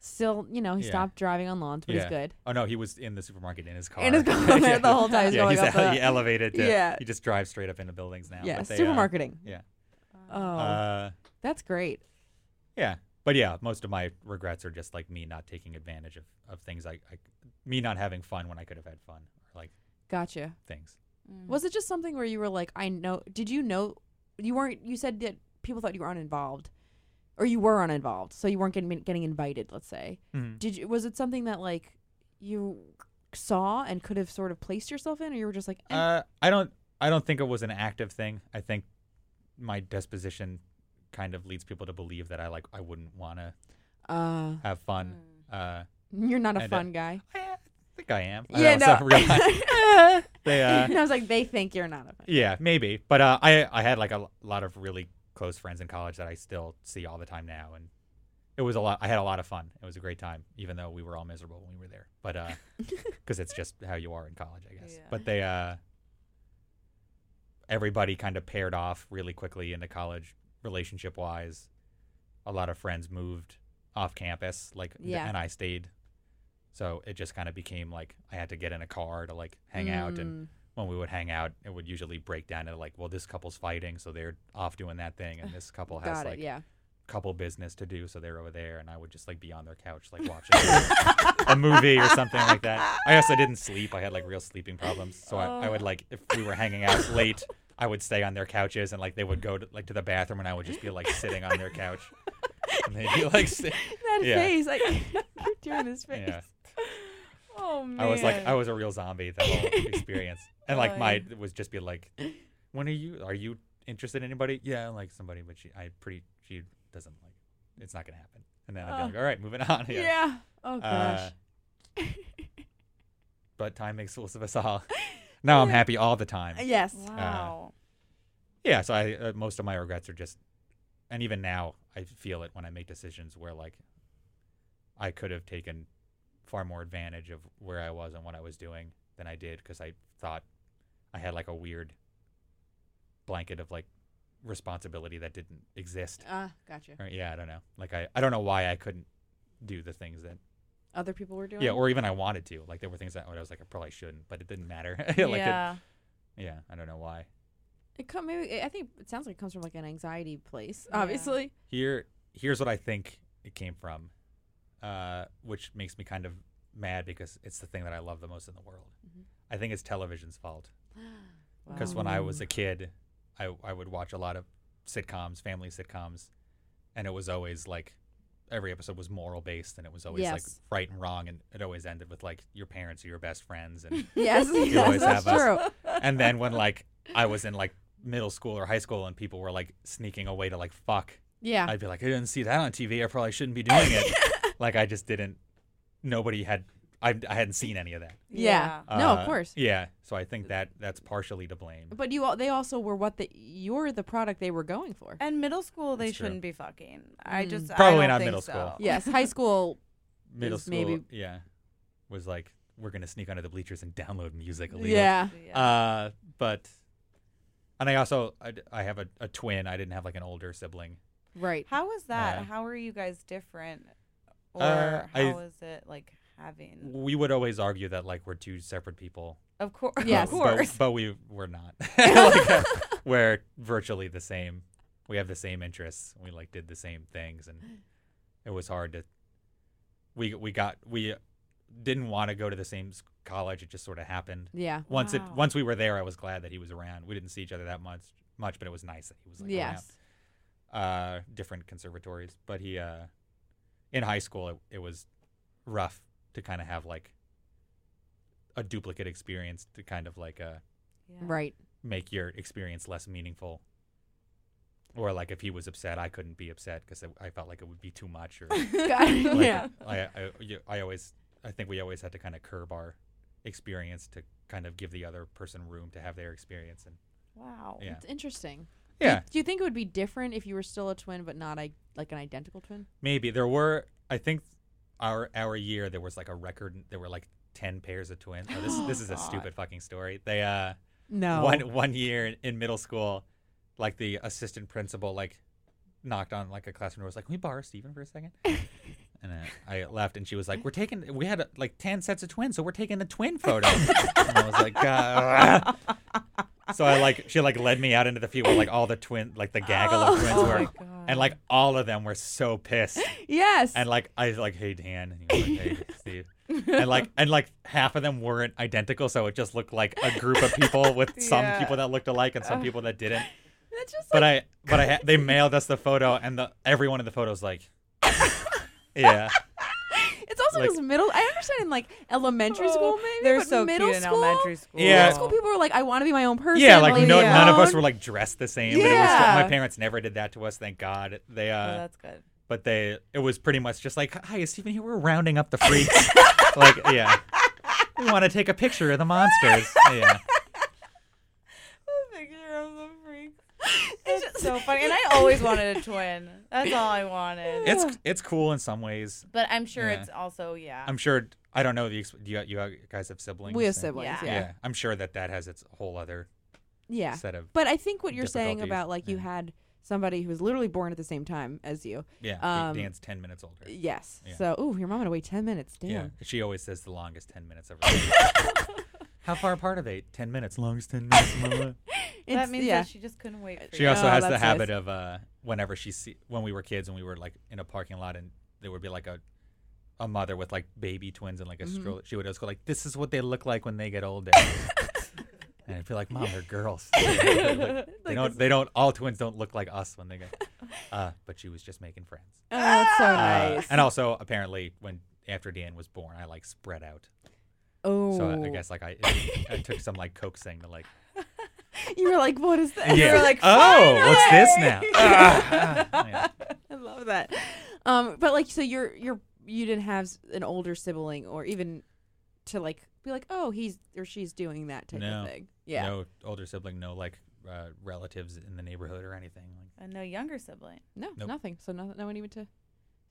Speaker 2: Still, you know, he
Speaker 3: Yeah.
Speaker 2: stopped driving on lawns, but he's
Speaker 3: Yeah.
Speaker 2: good.
Speaker 3: Oh no, he was in the supermarket in his car.
Speaker 2: In his car the whole time. He's
Speaker 3: yeah,
Speaker 2: going
Speaker 3: he's
Speaker 2: up
Speaker 3: ele-
Speaker 2: the-
Speaker 3: he elevated. To,
Speaker 2: Yeah.
Speaker 3: yeah, he just drives straight up into buildings now.
Speaker 2: yeah.
Speaker 3: but they, uh,
Speaker 2: Supermarketing.
Speaker 3: yeah.
Speaker 2: oh,
Speaker 3: Uh,
Speaker 2: that's great.
Speaker 3: yeah, but yeah, most of my regrets are just like me not taking advantage of, of things. I, I me not having fun when I could have had fun, or like
Speaker 2: Gotcha.
Speaker 3: things.
Speaker 1: Mm.
Speaker 2: Was it just something where you were like, I know? Did you know? You weren't. You said that people thought you were uninvolved, or you were uninvolved, so you weren't getting getting invited. Let's say. Did you? Was it something that like you saw and could have sort of placed yourself in, or you were just like, eh,
Speaker 3: Uh, I don't. I don't think it was an active thing. I think my disposition kind of leads people to believe that I like I wouldn't want to
Speaker 2: uh,
Speaker 3: have fun. Uh,
Speaker 2: you're not a
Speaker 3: and, uh,
Speaker 2: fun guy.
Speaker 3: I think I am. I
Speaker 2: Yeah,
Speaker 3: don't know,
Speaker 2: no.
Speaker 3: so real- they, uh,
Speaker 2: and I was like, they think you're not a fun.
Speaker 3: Yeah, maybe. But uh, I I had like a l- lot of really close friends in college that I still see all the time now, and it was a lot. I had a lot of fun. It was a great time, even though we were all miserable when we were there. But because it's just how you are in college, I guess.
Speaker 1: Yeah.
Speaker 3: But they uh, everybody kind of paired off really quickly into college, relationship wise. A lot of friends moved off campus, like, th-
Speaker 2: Yeah.
Speaker 3: and I stayed. So it just kind of became like I had to get in a car to like hang out
Speaker 2: Mm.
Speaker 3: and when we would hang out, it would usually break down to like, well, this couple's fighting, so they're off doing that thing, and this couple has
Speaker 2: Got it.
Speaker 3: like
Speaker 2: yeah.
Speaker 3: couple business to do, so they're over there, and I would just like be on their couch like watching a movie or something like that. I also didn't sleep; I had like real sleeping problems, so I,
Speaker 2: Oh.
Speaker 3: I would like if we were hanging out late, I would stay on their couches, and like they would go to, like to the bathroom, and I would just be like sitting on their couch, and they'd be like, sit-
Speaker 2: That
Speaker 3: Yeah.
Speaker 2: face, like you're doing this face.
Speaker 3: yeah.
Speaker 2: Oh man.
Speaker 3: I was like, I was a real zombie that whole experience, and
Speaker 1: Oh,
Speaker 3: like my
Speaker 1: yeah.
Speaker 3: it was just be like, when are you? Are you interested in anybody? Yeah, I like somebody, but she, I pretty, she doesn't like. It's not gonna happen. And then I'd be
Speaker 2: Oh.
Speaker 3: like, all right, moving on.
Speaker 2: yeah. Oh gosh.
Speaker 3: Uh, but time makes fools of us all. Now I'm happy all the time.
Speaker 2: yes.
Speaker 1: Mm.
Speaker 3: Uh,
Speaker 1: Wow.
Speaker 3: Yeah. So I, uh, most of my regrets are just, and even now I feel it when I make decisions where like, I could have taken far more advantage of where I was and what I was doing than I did because I thought I had like a weird blanket of like responsibility that didn't exist.
Speaker 2: Ah, gotcha.
Speaker 3: Or, yeah, I don't know. Like I, I don't know why I couldn't do the things that
Speaker 2: Other people were doing.
Speaker 3: yeah, or even I wanted to. Like there were things that I was like I probably shouldn't, but it didn't matter. like it-
Speaker 1: yeah.
Speaker 3: yeah, I don't know why.
Speaker 2: it come. Maybe, I think it sounds like it comes from like an anxiety place.
Speaker 1: Yeah.
Speaker 2: Obviously,
Speaker 3: Here, here's what I think it came from, uh, which makes me kind of mad because it's the thing that I love the most in the world. I think it's television's fault
Speaker 1: Mm.
Speaker 3: because when I was a kid, I I would watch a lot of sitcoms, family sitcoms, and it was always like every episode was moral based and it was always
Speaker 2: Yes.
Speaker 3: like right and wrong and it always ended with like your parents are your best friends and
Speaker 2: yes, yes
Speaker 3: always
Speaker 2: that's
Speaker 3: have
Speaker 2: true.
Speaker 3: us. and then when like I was in like middle school or high school and people were like sneaking away to like fuck,
Speaker 2: Yeah,
Speaker 3: I'd be like, I didn't see that on TV. I probably shouldn't be doing it. like I just didn't. Nobody had. I, I hadn't seen any of that.
Speaker 2: yeah. No,
Speaker 3: Uh,
Speaker 2: of course.
Speaker 3: Yeah. So I think that that's partially to blame.
Speaker 2: But you, all, they also were what the you're the product they were going for.
Speaker 1: And middle school, they
Speaker 3: That's true.
Speaker 1: shouldn't be fucking. I
Speaker 2: Mm.
Speaker 1: just I
Speaker 3: Probably
Speaker 1: don't
Speaker 3: not
Speaker 1: think
Speaker 3: middle
Speaker 1: so.
Speaker 3: school.
Speaker 2: Yes, high school.
Speaker 3: Middle
Speaker 2: is
Speaker 3: school.
Speaker 2: maybe-
Speaker 3: Yeah. Was like we're gonna sneak under the bleachers and download music. Illegal.
Speaker 2: yeah.
Speaker 1: Yeah.
Speaker 3: Uh, but. And I also I, d- I have a, a twin. I didn't have like an older sibling.
Speaker 2: Right.
Speaker 1: how was that?
Speaker 3: uh,
Speaker 1: how are you guys different? Or
Speaker 3: uh,
Speaker 1: how
Speaker 3: I-
Speaker 1: is it like having?
Speaker 3: We would always argue that like we're two separate people.
Speaker 1: Of course.
Speaker 2: Yes.
Speaker 1: Of
Speaker 3: But-
Speaker 1: course.
Speaker 3: But, we we're not. Like, uh, we're virtually the same. We have the same interests. We like did the same things, and it was hard to. We we got we didn't want to go to the same s- college. It just sort of happened.
Speaker 2: Yeah.
Speaker 3: Once
Speaker 1: Wow.
Speaker 3: it once we were there, I was glad that he was around. We didn't see each other that much much, but it was nice that he was like oh, around
Speaker 2: Yes.
Speaker 3: uh, different conservatories. But he, uh, in high school, it, it was rough to kind of have like a duplicate experience to kind of like uh,
Speaker 1: Yeah.
Speaker 2: Right.
Speaker 3: make your experience less meaningful. Or like if he was upset, I couldn't be upset because I felt like it would be too much. Or like,
Speaker 2: Got it. yeah.
Speaker 3: I, I, you- I always, I think we always had to kind of curb our experience to kind of give the other person room to have their experience and
Speaker 1: Wow.
Speaker 3: yeah,
Speaker 2: It's interesting.
Speaker 3: yeah.
Speaker 2: Do you think it would be different if you were still a twin but not I like an identical twin?
Speaker 3: Maybe there were. I think our our year there was like a record. There were like ten pairs of twins. Oh, this this is a
Speaker 1: God.
Speaker 3: stupid fucking story. They uh
Speaker 1: Oh.
Speaker 2: No.
Speaker 3: one one year in, in middle school, like the assistant principal like knocked on like a classroom door was like, "Can we borrow Steven for a second? and uh, I left, and she was like, "We're taking. We had uh, like ten sets of twins, so we're taking the twin photo." and I was like, "God." So I like she like led me out into the field where like all the twin like the gaggle of twins
Speaker 1: Oh
Speaker 3: were,
Speaker 1: my God.
Speaker 3: and like all of them were so pissed.
Speaker 2: Yes.
Speaker 3: And like I was like, hey Dan, and he was like, hey Steve, and like and like half of them weren't identical, so it just looked like a group of people with some
Speaker 1: Yeah.
Speaker 3: people that looked alike and some people that didn't.
Speaker 2: That's just
Speaker 3: But I but I ha- they mailed us the photo, and the everyone in the photo's like, yeah,
Speaker 2: it's also
Speaker 3: like-
Speaker 2: just middle I understand in like elementary school maybe.
Speaker 1: Oh, They're
Speaker 2: but
Speaker 1: so
Speaker 2: middle
Speaker 1: cute in
Speaker 2: school,
Speaker 1: elementary school.
Speaker 3: Yeah.
Speaker 2: Middle school people are like, I want to be my own person.
Speaker 3: yeah. Like
Speaker 2: leave
Speaker 3: no,
Speaker 2: me
Speaker 3: none of us
Speaker 2: alone.
Speaker 3: were like dressed the same. But it was still,
Speaker 2: Yeah.
Speaker 3: my parents never did that to us. Thank God. They
Speaker 1: Oh,
Speaker 3: uh,
Speaker 1: that's good.
Speaker 3: but they it was pretty much just like, hi, is Stephen here? We're rounding up the freaks. like yeah, we want to take a picture of the monsters. Yeah.
Speaker 1: Picture of the freak. That's so funny. And I always wanted a twin. That's all I wanted.
Speaker 3: It's it's cool in some ways.
Speaker 1: but I'm sure
Speaker 3: Yeah.
Speaker 1: it's also yeah.
Speaker 3: I'm sure. I don't know the. Ex- do you, you guys have siblings?
Speaker 2: We have
Speaker 3: and-
Speaker 2: siblings, yeah.
Speaker 1: Yeah.
Speaker 3: Yeah.
Speaker 2: Yeah.
Speaker 3: I'm sure that that has its whole other set of.
Speaker 2: But I think what you're saying
Speaker 3: Difficulties,
Speaker 2: about like you
Speaker 3: yeah.
Speaker 2: had somebody who was literally born at the same time as you.
Speaker 3: Yeah,
Speaker 2: um,
Speaker 3: Dan's ten minutes older.
Speaker 2: Yes.
Speaker 3: Yeah.
Speaker 2: So, ooh, your mom had to wait 10 minutes. Damn.
Speaker 3: Yeah, she always says the longest ten minutes ever. lived. How far apart are they? Ten minutes. Longest ten minutes. of my life.
Speaker 1: that
Speaker 2: It's-
Speaker 1: means
Speaker 2: yeah.
Speaker 1: that she just couldn't wait for
Speaker 3: She
Speaker 1: you.
Speaker 3: also
Speaker 2: Oh,
Speaker 3: has the
Speaker 2: that's
Speaker 3: habit of uh, whenever she see when we were kids and we were like in a parking lot and there would be like a a mother with like baby twins and like a
Speaker 2: Mm-hmm.
Speaker 3: stroller. She would always go like, "This is what they look like when they get older." and I'd be like, "Mom, they're girls. they don't. They don't. All twins don't look like us when they get." Uh, but she was just making friends.
Speaker 2: Oh, that's so
Speaker 3: Uh,
Speaker 2: nice.
Speaker 3: and also, apparently, when after Dan was born, I like spread out.
Speaker 2: oh.
Speaker 3: So I, I guess like I, I took some like coaxing to like.
Speaker 2: you were like, what is that?
Speaker 3: Yeah.
Speaker 1: were like,
Speaker 3: oh, what's this now? Ah, ah. Yeah.
Speaker 2: I love that. Um, but like, so you're you're you didn't have s- an older sibling or even to like be like, oh, he's or she's doing that type
Speaker 3: No.
Speaker 2: of thing. Yeah.
Speaker 3: No older sibling, no like uh, relatives in the neighborhood or anything. Like,
Speaker 1: And no younger sibling.
Speaker 2: No,
Speaker 3: Nope.
Speaker 2: nothing. So no, no one even to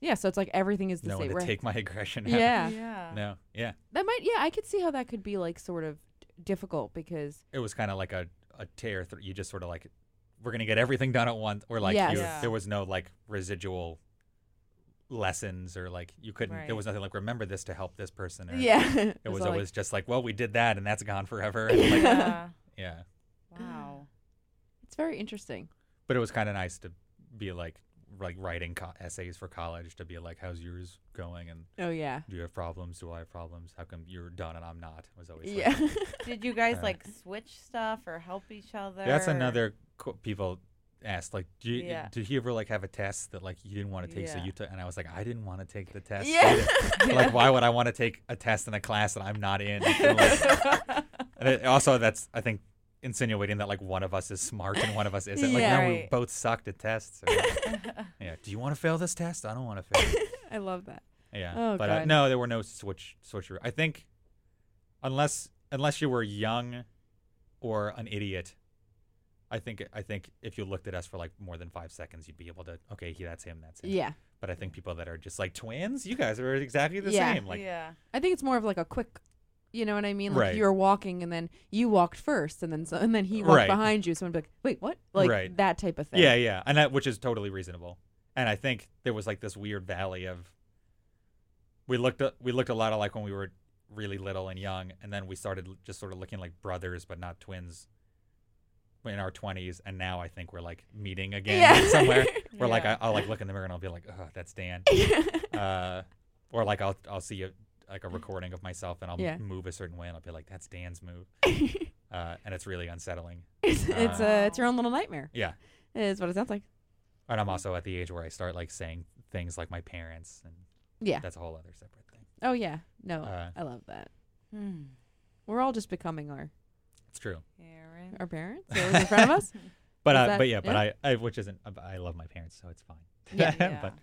Speaker 2: Yeah, so it's like everything is the
Speaker 3: no one
Speaker 2: same.
Speaker 3: to
Speaker 2: right?
Speaker 3: take my aggression out.
Speaker 2: yeah.
Speaker 1: Yeah.
Speaker 3: No. Yeah.
Speaker 2: That might yeah, I could see how that could be like sort of d- difficult because
Speaker 3: It was kind of like a a tear. Th- you just sort of like we're gonna get everything done at once, or like
Speaker 2: Yes.
Speaker 3: you,
Speaker 1: Yeah.
Speaker 3: there was no like residual lessons, or like you couldn't.
Speaker 1: Right.
Speaker 3: There was nothing like remember this to help this person. Or,
Speaker 2: yeah, it
Speaker 3: It was
Speaker 2: all, like-
Speaker 3: always just like, well, we did that, and that's gone forever. and, like,
Speaker 1: Yeah.
Speaker 3: yeah.
Speaker 1: wow.
Speaker 2: it's very interesting.
Speaker 3: But it was kind of nice to be like like writing co- essays for college to be like, how's yours going, and
Speaker 2: Oh yeah.
Speaker 3: do you have problems? Do I have problems? How come you're done and I'm not? Was always like,
Speaker 2: Yeah.
Speaker 1: Did you guys
Speaker 3: Uh,
Speaker 1: like switch stuff or help each other?
Speaker 3: That's another co- people asked like, do you,
Speaker 1: Yeah.
Speaker 3: did you ever like have a test that like you didn't want to take, so
Speaker 1: Yeah.
Speaker 3: you took? And I was like, I didn't want to take the test.
Speaker 2: Yeah.
Speaker 3: either. like, why would I want to take a test in a class that I'm not in? And, like- and it- also, that's I think insinuating that like one of us is smart and one of us isn't. Like,
Speaker 2: Yeah.
Speaker 3: no, we
Speaker 1: Right.
Speaker 3: both sucked at tests. or- yeah. Do you want to fail this test? I don't want to fail. it.
Speaker 2: I love that.
Speaker 3: Yeah.
Speaker 2: Oh,
Speaker 3: but uh,
Speaker 2: God.
Speaker 3: no, there were no switch switcheroo. I think unless unless you were young or an idiot, I think I think if you looked at us for like more than five seconds, you'd be able to okay, he, that's him, that's him.
Speaker 2: Yeah.
Speaker 3: But I think people that are just like twins, you guys are exactly the
Speaker 2: Yeah.
Speaker 3: same. Like
Speaker 1: yeah.
Speaker 2: I think it's more of like a quick you know what I mean? Like
Speaker 3: Right.
Speaker 2: you're walking and then you walked first and then so, and then he walked
Speaker 3: Right.
Speaker 2: behind you. Someone be like, Wait, what? Like
Speaker 3: Right.
Speaker 2: that type of thing.
Speaker 3: yeah, yeah, and that which is totally reasonable. And I think there was like this weird valley of we looked a, we looked a lot alike when we were really little and young, and then we started l- just sort of looking like brothers but not twins in our twenties, and now I think we're like meeting again
Speaker 2: Yeah.
Speaker 3: somewhere. Where like I,
Speaker 1: Yeah.
Speaker 3: I'll like look in the mirror and I'll be like, oh, that's Dan, uh, or like I'll I'll see a, like a recording of myself and I'll
Speaker 2: Yeah.
Speaker 3: move a certain way and I'll be like, that's Dan's move, uh, and it's really unsettling.
Speaker 2: it's it's,
Speaker 3: Ah.
Speaker 2: uh, it's your own little nightmare.
Speaker 3: Yeah.
Speaker 2: Is what it sounds like.
Speaker 3: And
Speaker 2: Mm-hmm.
Speaker 3: I'm also at the age where I start like saying things like my parents, and
Speaker 2: Yeah.
Speaker 3: that's a whole other separate thing.
Speaker 2: Oh yeah. No.
Speaker 3: Uh,
Speaker 2: I love that.
Speaker 1: Hmm.
Speaker 2: We're all just becoming our
Speaker 3: It's true,
Speaker 1: Aaron.
Speaker 2: our parents that was in front of us.
Speaker 3: but
Speaker 2: Is
Speaker 3: uh,
Speaker 2: that-
Speaker 3: but yeah, but
Speaker 2: yeah?
Speaker 3: I, I which isn't uh, I love my parents, so it's fine.
Speaker 2: Yeah.
Speaker 3: but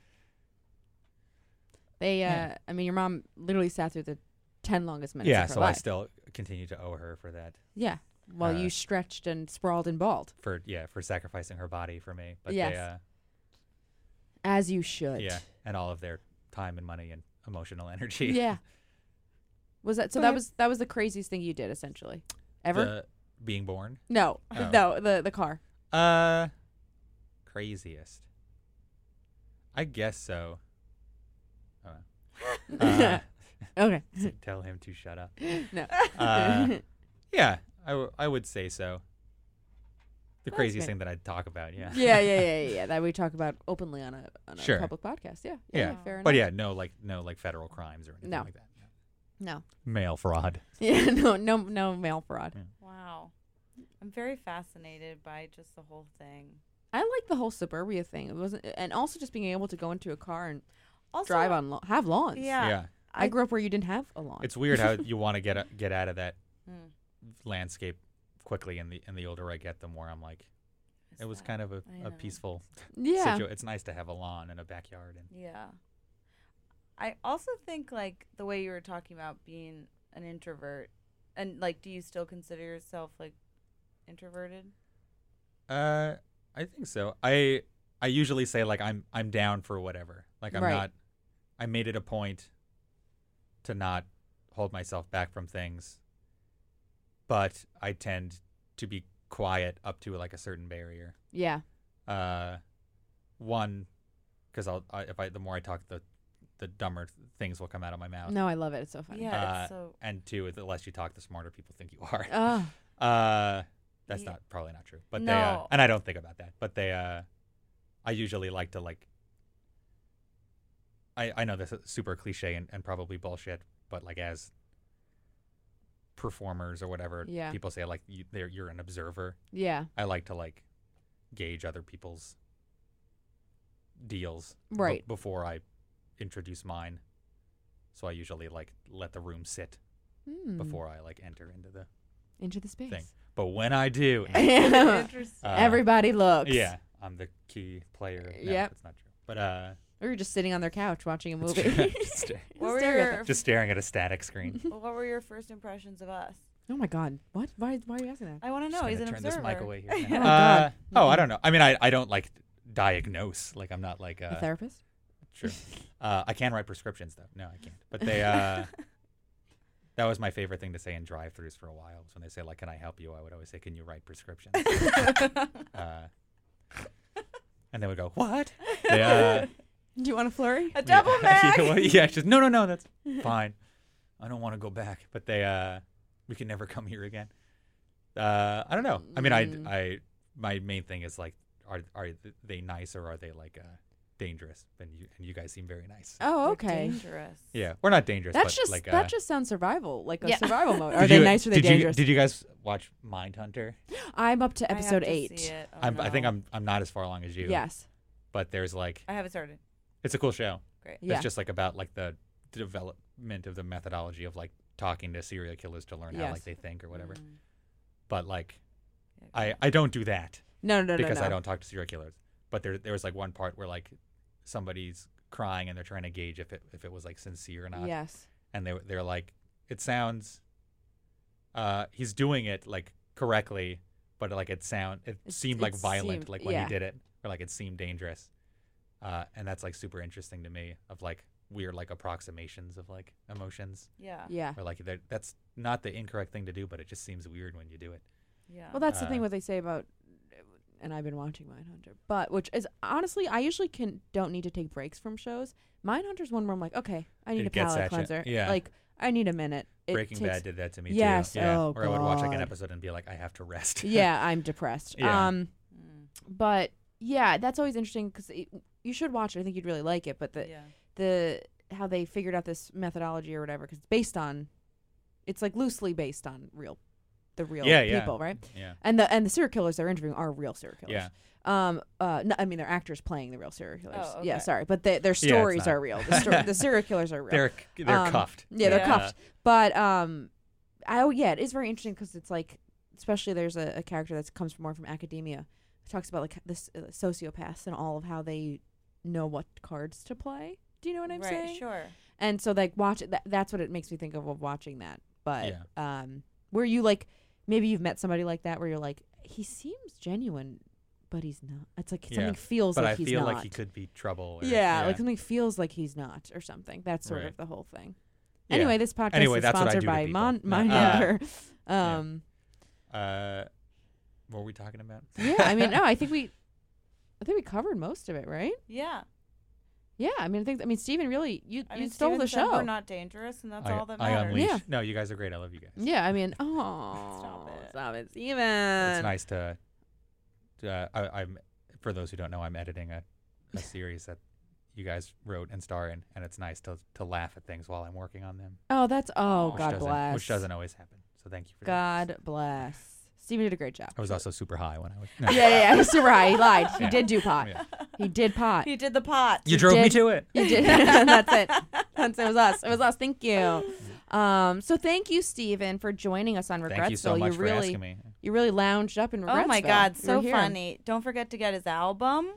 Speaker 2: They uh
Speaker 3: Yeah.
Speaker 2: I mean your mom literally sat through the ten longest minutes
Speaker 3: yeah,
Speaker 2: of her
Speaker 3: so I
Speaker 2: life.
Speaker 3: still continue to owe her for that
Speaker 2: yeah. While
Speaker 3: Uh,
Speaker 2: you stretched and sprawled and bawled.
Speaker 3: for yeah for sacrificing her body for me. But
Speaker 2: Yes.
Speaker 3: they, uh,
Speaker 2: As you should.
Speaker 3: yeah, and all of their time and money and emotional energy.
Speaker 2: Yeah. Was that so?
Speaker 1: Go
Speaker 2: That
Speaker 1: ahead.
Speaker 2: was that was the craziest thing you did essentially ever?
Speaker 3: The being born.
Speaker 2: no,
Speaker 3: Oh.
Speaker 2: no, the the car.
Speaker 3: Uh, craziest. I guess so. Uh, uh,
Speaker 2: okay,
Speaker 3: tell him to shut up.
Speaker 2: no.
Speaker 3: Uh, yeah, I, w- I would say so. The
Speaker 2: That's
Speaker 3: craziest
Speaker 2: fair.
Speaker 3: thing that I'd talk about, yeah.
Speaker 2: yeah, yeah, yeah, yeah, yeah. That we talk about openly on a on a
Speaker 3: Sure.
Speaker 2: public podcast. Yeah, yeah,
Speaker 3: Yeah.
Speaker 2: fair enough.
Speaker 3: But yeah, no like no like federal crimes or anything
Speaker 2: No.
Speaker 3: like that. no.
Speaker 2: no,
Speaker 3: Mail fraud.
Speaker 2: yeah, no, no, no mail fraud.
Speaker 1: wow. I'm very fascinated by just the whole thing.
Speaker 2: I like the whole suburbia thing. It wasn't, and also just being able to go into a car and
Speaker 1: Also,
Speaker 2: drive on lo- have lawns.
Speaker 1: Yeah.
Speaker 2: I
Speaker 1: I-
Speaker 2: grew up where you didn't have a lawn.
Speaker 3: It's weird how you want to get a, get out of that
Speaker 1: Mm.
Speaker 3: landscape quickly and the and the older I get the more I'm like it was kind of a,
Speaker 1: I
Speaker 3: a
Speaker 1: know.
Speaker 3: peaceful
Speaker 2: yeah,
Speaker 3: situ- it's nice to have a lawn and a backyard and
Speaker 1: Yeah. I also think like the way you were talking about being an introvert and like do you still consider yourself like introverted?
Speaker 3: Uh, I think so. I I usually say like I'm I'm down for whatever. Like I'm
Speaker 2: Right.
Speaker 3: not. I made it a point to not hold myself back from things, but I tend to be quiet up to like a certain barrier.
Speaker 2: yeah,
Speaker 3: Uh, one, because I'll I, if I the more I talk, the the dumber things will come out of my mouth.
Speaker 2: no, I love it. It's so funny.
Speaker 1: Yeah,
Speaker 3: Uh,
Speaker 1: it's so
Speaker 3: And two, the less you talk, the smarter people think you are.
Speaker 2: Oh,
Speaker 3: Uh, that's
Speaker 1: Ye-
Speaker 3: not probably not true, but they uh,
Speaker 1: No.
Speaker 3: and I don't think about that. But they, uh, I usually like to like. I I know this is super cliche and, and probably bullshit, but like as performers or whatever,
Speaker 2: Yeah.
Speaker 3: people say like you, they're, you're an observer.
Speaker 2: yeah,
Speaker 3: I like to like gauge other people's deals b-
Speaker 2: Right.
Speaker 3: before I introduce mine. So I usually like let the room sit
Speaker 2: Hmm.
Speaker 3: before I like enter into the
Speaker 2: into the space.
Speaker 3: thing. But when I do,
Speaker 1: interesting.
Speaker 3: Uh,
Speaker 2: Everybody looks.
Speaker 3: Yeah, I'm the key player. No,
Speaker 2: Yep.
Speaker 3: that's not true. But uh,
Speaker 2: We were just sitting on their couch watching a
Speaker 3: it's
Speaker 2: movie.
Speaker 3: true. just, sta-
Speaker 1: what were
Speaker 2: Stereotype.
Speaker 1: your
Speaker 3: just staring at a static screen.
Speaker 1: what were your first impressions of us?
Speaker 2: oh my god! What? Why? Why are you asking that?
Speaker 1: I want to
Speaker 3: Just
Speaker 1: know.
Speaker 3: gonna
Speaker 1: He's an
Speaker 3: turn
Speaker 1: observer.
Speaker 3: this mic away here.
Speaker 2: Oh,
Speaker 3: now.
Speaker 2: God.
Speaker 3: Uh, oh, I don't know. I mean, I, I don't like diagnose. Like I'm not like
Speaker 2: a
Speaker 3: a,
Speaker 2: therapist?
Speaker 3: true. Uh, I can write prescriptions though. No, I can't. But they. Uh, that was my favorite thing to say in drive-throughs for a while. Was when they say like, "Can I help you?" I would always say, "Can you write prescriptions?" uh, and they would go, "What?" They, uh,
Speaker 2: Do you want a flurry?
Speaker 1: A double
Speaker 3: yeah,
Speaker 1: mag.
Speaker 3: well, yeah, she's no, no, no. That's fine. I don't want to go back. But they, uh, we can never come here again. Uh, I don't know. I mean,
Speaker 2: Mm.
Speaker 3: I, I, my main thing is like, are are they nice or are they like uh, dangerous? And you and you guys seem very nice.
Speaker 2: Oh,
Speaker 1: They're
Speaker 2: okay.
Speaker 1: Dangerous.
Speaker 3: Yeah, we're not dangerous.
Speaker 2: That's
Speaker 3: but
Speaker 2: just
Speaker 3: like,
Speaker 2: that
Speaker 3: uh,
Speaker 2: just sounds survival, like a
Speaker 1: Yeah.
Speaker 2: survival mode. Are
Speaker 3: did
Speaker 2: they
Speaker 3: you-
Speaker 2: nice? Are they
Speaker 3: did
Speaker 2: dangerous?
Speaker 3: You, did you guys watch Mindhunter?
Speaker 2: I'm up to
Speaker 1: I have
Speaker 2: episode
Speaker 1: to see
Speaker 2: eight.
Speaker 1: it. Oh,
Speaker 3: I'm, I think
Speaker 1: no.
Speaker 3: I'm I'm not as far along as you.
Speaker 2: Yes.
Speaker 3: But there's like
Speaker 1: I haven't started.
Speaker 3: it's a cool show.
Speaker 1: Great.
Speaker 2: Yeah.
Speaker 3: It's just like about like the development of the methodology of like talking to serial killers to learn
Speaker 2: Yes.
Speaker 3: how
Speaker 2: Mm-hmm.
Speaker 3: like they think or whatever.
Speaker 1: Mm.
Speaker 3: But like
Speaker 1: Yeah,
Speaker 3: I I don't do that
Speaker 2: No, no, no,
Speaker 3: because
Speaker 2: no.
Speaker 3: I don't talk to serial killers. But there there was like one part where like somebody's crying and they're trying to gauge if it if it was like sincere or not.
Speaker 2: Yes.
Speaker 3: And they were- they're like it sounds uh he's doing it like correctly, but like it sound it
Speaker 2: It's-
Speaker 3: seemed like
Speaker 2: it
Speaker 3: violent
Speaker 2: seemed-
Speaker 3: like when
Speaker 2: yeah.
Speaker 3: he did it or like it seemed dangerous. Uh and that's like super interesting to me of like weird like approximations of like emotions
Speaker 1: Yeah.
Speaker 2: Yeah.
Speaker 3: or like they're- that's not the incorrect thing to do but it just seems weird when you do it.
Speaker 1: Yeah.
Speaker 2: Well, that's the
Speaker 3: Uh,
Speaker 2: thing what they say about, and I've been watching Mindhunter, but which is honestly, I usually can don't need to take breaks from shows. Mindhunter's one where I'm like, okay, I need
Speaker 3: It
Speaker 2: a
Speaker 3: gets
Speaker 2: palate
Speaker 3: at ya.
Speaker 2: cleanser.
Speaker 3: Yeah.
Speaker 2: Like I need a minute. It
Speaker 3: Breaking
Speaker 2: takes-
Speaker 3: Bad did that to me
Speaker 2: Yes,
Speaker 3: too. Yeah.
Speaker 2: oh
Speaker 3: or I would watch like an
Speaker 2: God.
Speaker 3: episode and be like, I have to rest.
Speaker 2: yeah, I'm depressed.
Speaker 3: Yeah.
Speaker 2: Um,
Speaker 1: Mm.
Speaker 2: but yeah, that's always interesting because you should watch it. I think you'd really like it. But the
Speaker 1: yeah.
Speaker 2: the how they figured out this methodology or whatever because it's based on, it's like loosely based on real, the real
Speaker 3: yeah, yeah.
Speaker 2: people, right?
Speaker 3: Yeah.
Speaker 2: And the and the serial killers they're interviewing are real serial killers.
Speaker 3: Yeah.
Speaker 2: Um. Uh. No, I mean, they're actors playing the real serial killers.
Speaker 1: Oh,
Speaker 2: Yeah.
Speaker 1: okay.
Speaker 2: Sorry, but they, their
Speaker 3: it's
Speaker 2: stories
Speaker 3: not-
Speaker 2: are real. The, sto- the serial killers are real.
Speaker 3: They're they're
Speaker 2: Um,
Speaker 3: cuffed.
Speaker 2: yeah, they're
Speaker 1: Yeah.
Speaker 2: cuffed. But um, I oh yeah, it is very interesting because it's like, especially there's a, a character that comes from more from academia, who talks about like this uh, sociopaths and all of how they know what cards to play. Do you know what I'm
Speaker 1: right.
Speaker 2: saying?
Speaker 1: Sure.
Speaker 2: And so like watch that, that's what it makes me think of of watching that. But
Speaker 3: Yeah.
Speaker 2: um, where you like maybe you've met somebody like that where you're like he seems genuine, but he's not. It's like
Speaker 3: Yeah,
Speaker 2: something feels
Speaker 3: But
Speaker 2: like
Speaker 3: I
Speaker 2: he's
Speaker 3: feel
Speaker 2: not.
Speaker 3: like he could be trouble. Or,
Speaker 2: yeah, like something feels like he's not or something. That's sort
Speaker 3: Right.
Speaker 2: of the whole thing.
Speaker 3: Yeah.
Speaker 2: Anyway, this podcast
Speaker 3: Anyway,
Speaker 2: is
Speaker 3: that's what I
Speaker 2: sponsored
Speaker 3: do to
Speaker 2: by
Speaker 3: people.
Speaker 2: Mon-
Speaker 3: No,
Speaker 2: Mindhunter.
Speaker 3: yeah.
Speaker 2: um,
Speaker 3: Uh, what were we talking about?
Speaker 2: yeah, I mean, no, I think we, I think we covered most of it, right?
Speaker 1: Yeah.
Speaker 2: Yeah, I mean, I think, I mean, Steven really, you,
Speaker 1: I
Speaker 2: you
Speaker 1: mean,
Speaker 2: stole
Speaker 1: Steven
Speaker 2: the
Speaker 1: said
Speaker 2: show.
Speaker 1: We're not dangerous, and that's
Speaker 3: I,
Speaker 1: all that
Speaker 3: I
Speaker 1: matters.
Speaker 3: unleash.
Speaker 2: Yeah.
Speaker 3: No, you guys are great. I love you guys.
Speaker 2: yeah, I mean, oh,
Speaker 1: Stop it.
Speaker 2: stop it, Steven.
Speaker 3: It's nice to. to, Uh, I, I'm for those who don't know, I'm editing a, a series that you guys wrote and star in, and it's nice to to laugh at things while I'm working on them.
Speaker 2: Oh, that's oh,
Speaker 3: which
Speaker 2: God
Speaker 3: doesn't-
Speaker 2: bless.
Speaker 3: Which doesn't always happen. So thank you for that.
Speaker 2: God bless. Steven did a great job.
Speaker 3: I was also super high when I was.
Speaker 2: yeah, yeah, yeah. Super high. He lied. He
Speaker 3: Yeah.
Speaker 2: did do pot.
Speaker 3: Yeah.
Speaker 2: He did pot.
Speaker 1: He did the pot.
Speaker 3: You drove me
Speaker 2: did-
Speaker 3: to it.
Speaker 2: You did. That's it. That's it. Was us. It was us. Thank you. Um. So thank you, Stephen, for joining us on Regretsville.
Speaker 3: Thank you so much for
Speaker 2: really,
Speaker 3: asking me.
Speaker 2: you really lounged up in Regretsville.
Speaker 1: Oh my God,
Speaker 2: You
Speaker 1: so
Speaker 2: were here.
Speaker 1: funny! Don't forget to get his album.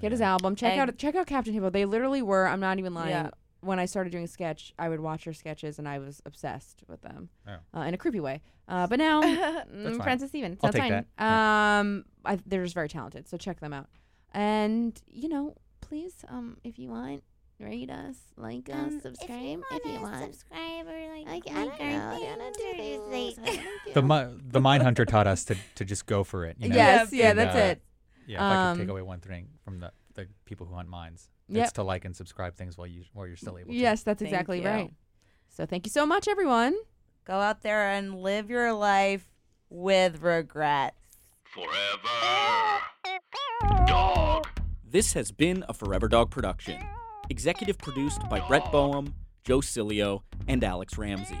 Speaker 2: Get his album. Check
Speaker 1: And-
Speaker 2: out check out Captain Hippo. They literally were. I'm not even lying.
Speaker 1: Yeah.
Speaker 2: When I started doing sketch, I would watch her sketches, and I was obsessed with them
Speaker 3: Oh.
Speaker 2: uh, in a creepy way. Uh, but now, mm,
Speaker 3: fine.
Speaker 2: friends with Steven.
Speaker 3: I'll
Speaker 2: Sounds
Speaker 3: take
Speaker 2: fine.
Speaker 3: that.
Speaker 2: Um, I, they're just very talented, so check them out. And you know, please, um, if you want, rate us, like us,
Speaker 4: Um,
Speaker 2: subscribe if you
Speaker 4: wanna
Speaker 2: want.
Speaker 4: subscribe or like,
Speaker 2: Like,
Speaker 4: like
Speaker 2: I don't
Speaker 4: our
Speaker 2: know, I don't do
Speaker 4: things or
Speaker 2: these things.
Speaker 4: something.
Speaker 3: The mi- the Mindhunter taught us to, to just go for it. You know?
Speaker 2: Yes,
Speaker 1: Yeah,
Speaker 2: yeah,
Speaker 3: and,
Speaker 2: that's
Speaker 3: uh,
Speaker 2: it.
Speaker 3: Yeah, if I could
Speaker 2: Um,
Speaker 3: take away one thing from the, the people who hunt mines,
Speaker 2: Yep.
Speaker 3: it's to like and subscribe things while you while you're still able. to.
Speaker 2: Yes, that's
Speaker 1: Thank
Speaker 2: exactly
Speaker 1: you.
Speaker 2: right. So thank you so much, everyone.
Speaker 1: Go out there and live your life with regret.
Speaker 5: Forever. Dog.
Speaker 6: This has been a Forever Dog production, executive produced by Brett Boehm, Joe Cilio, and Alex Ramsey.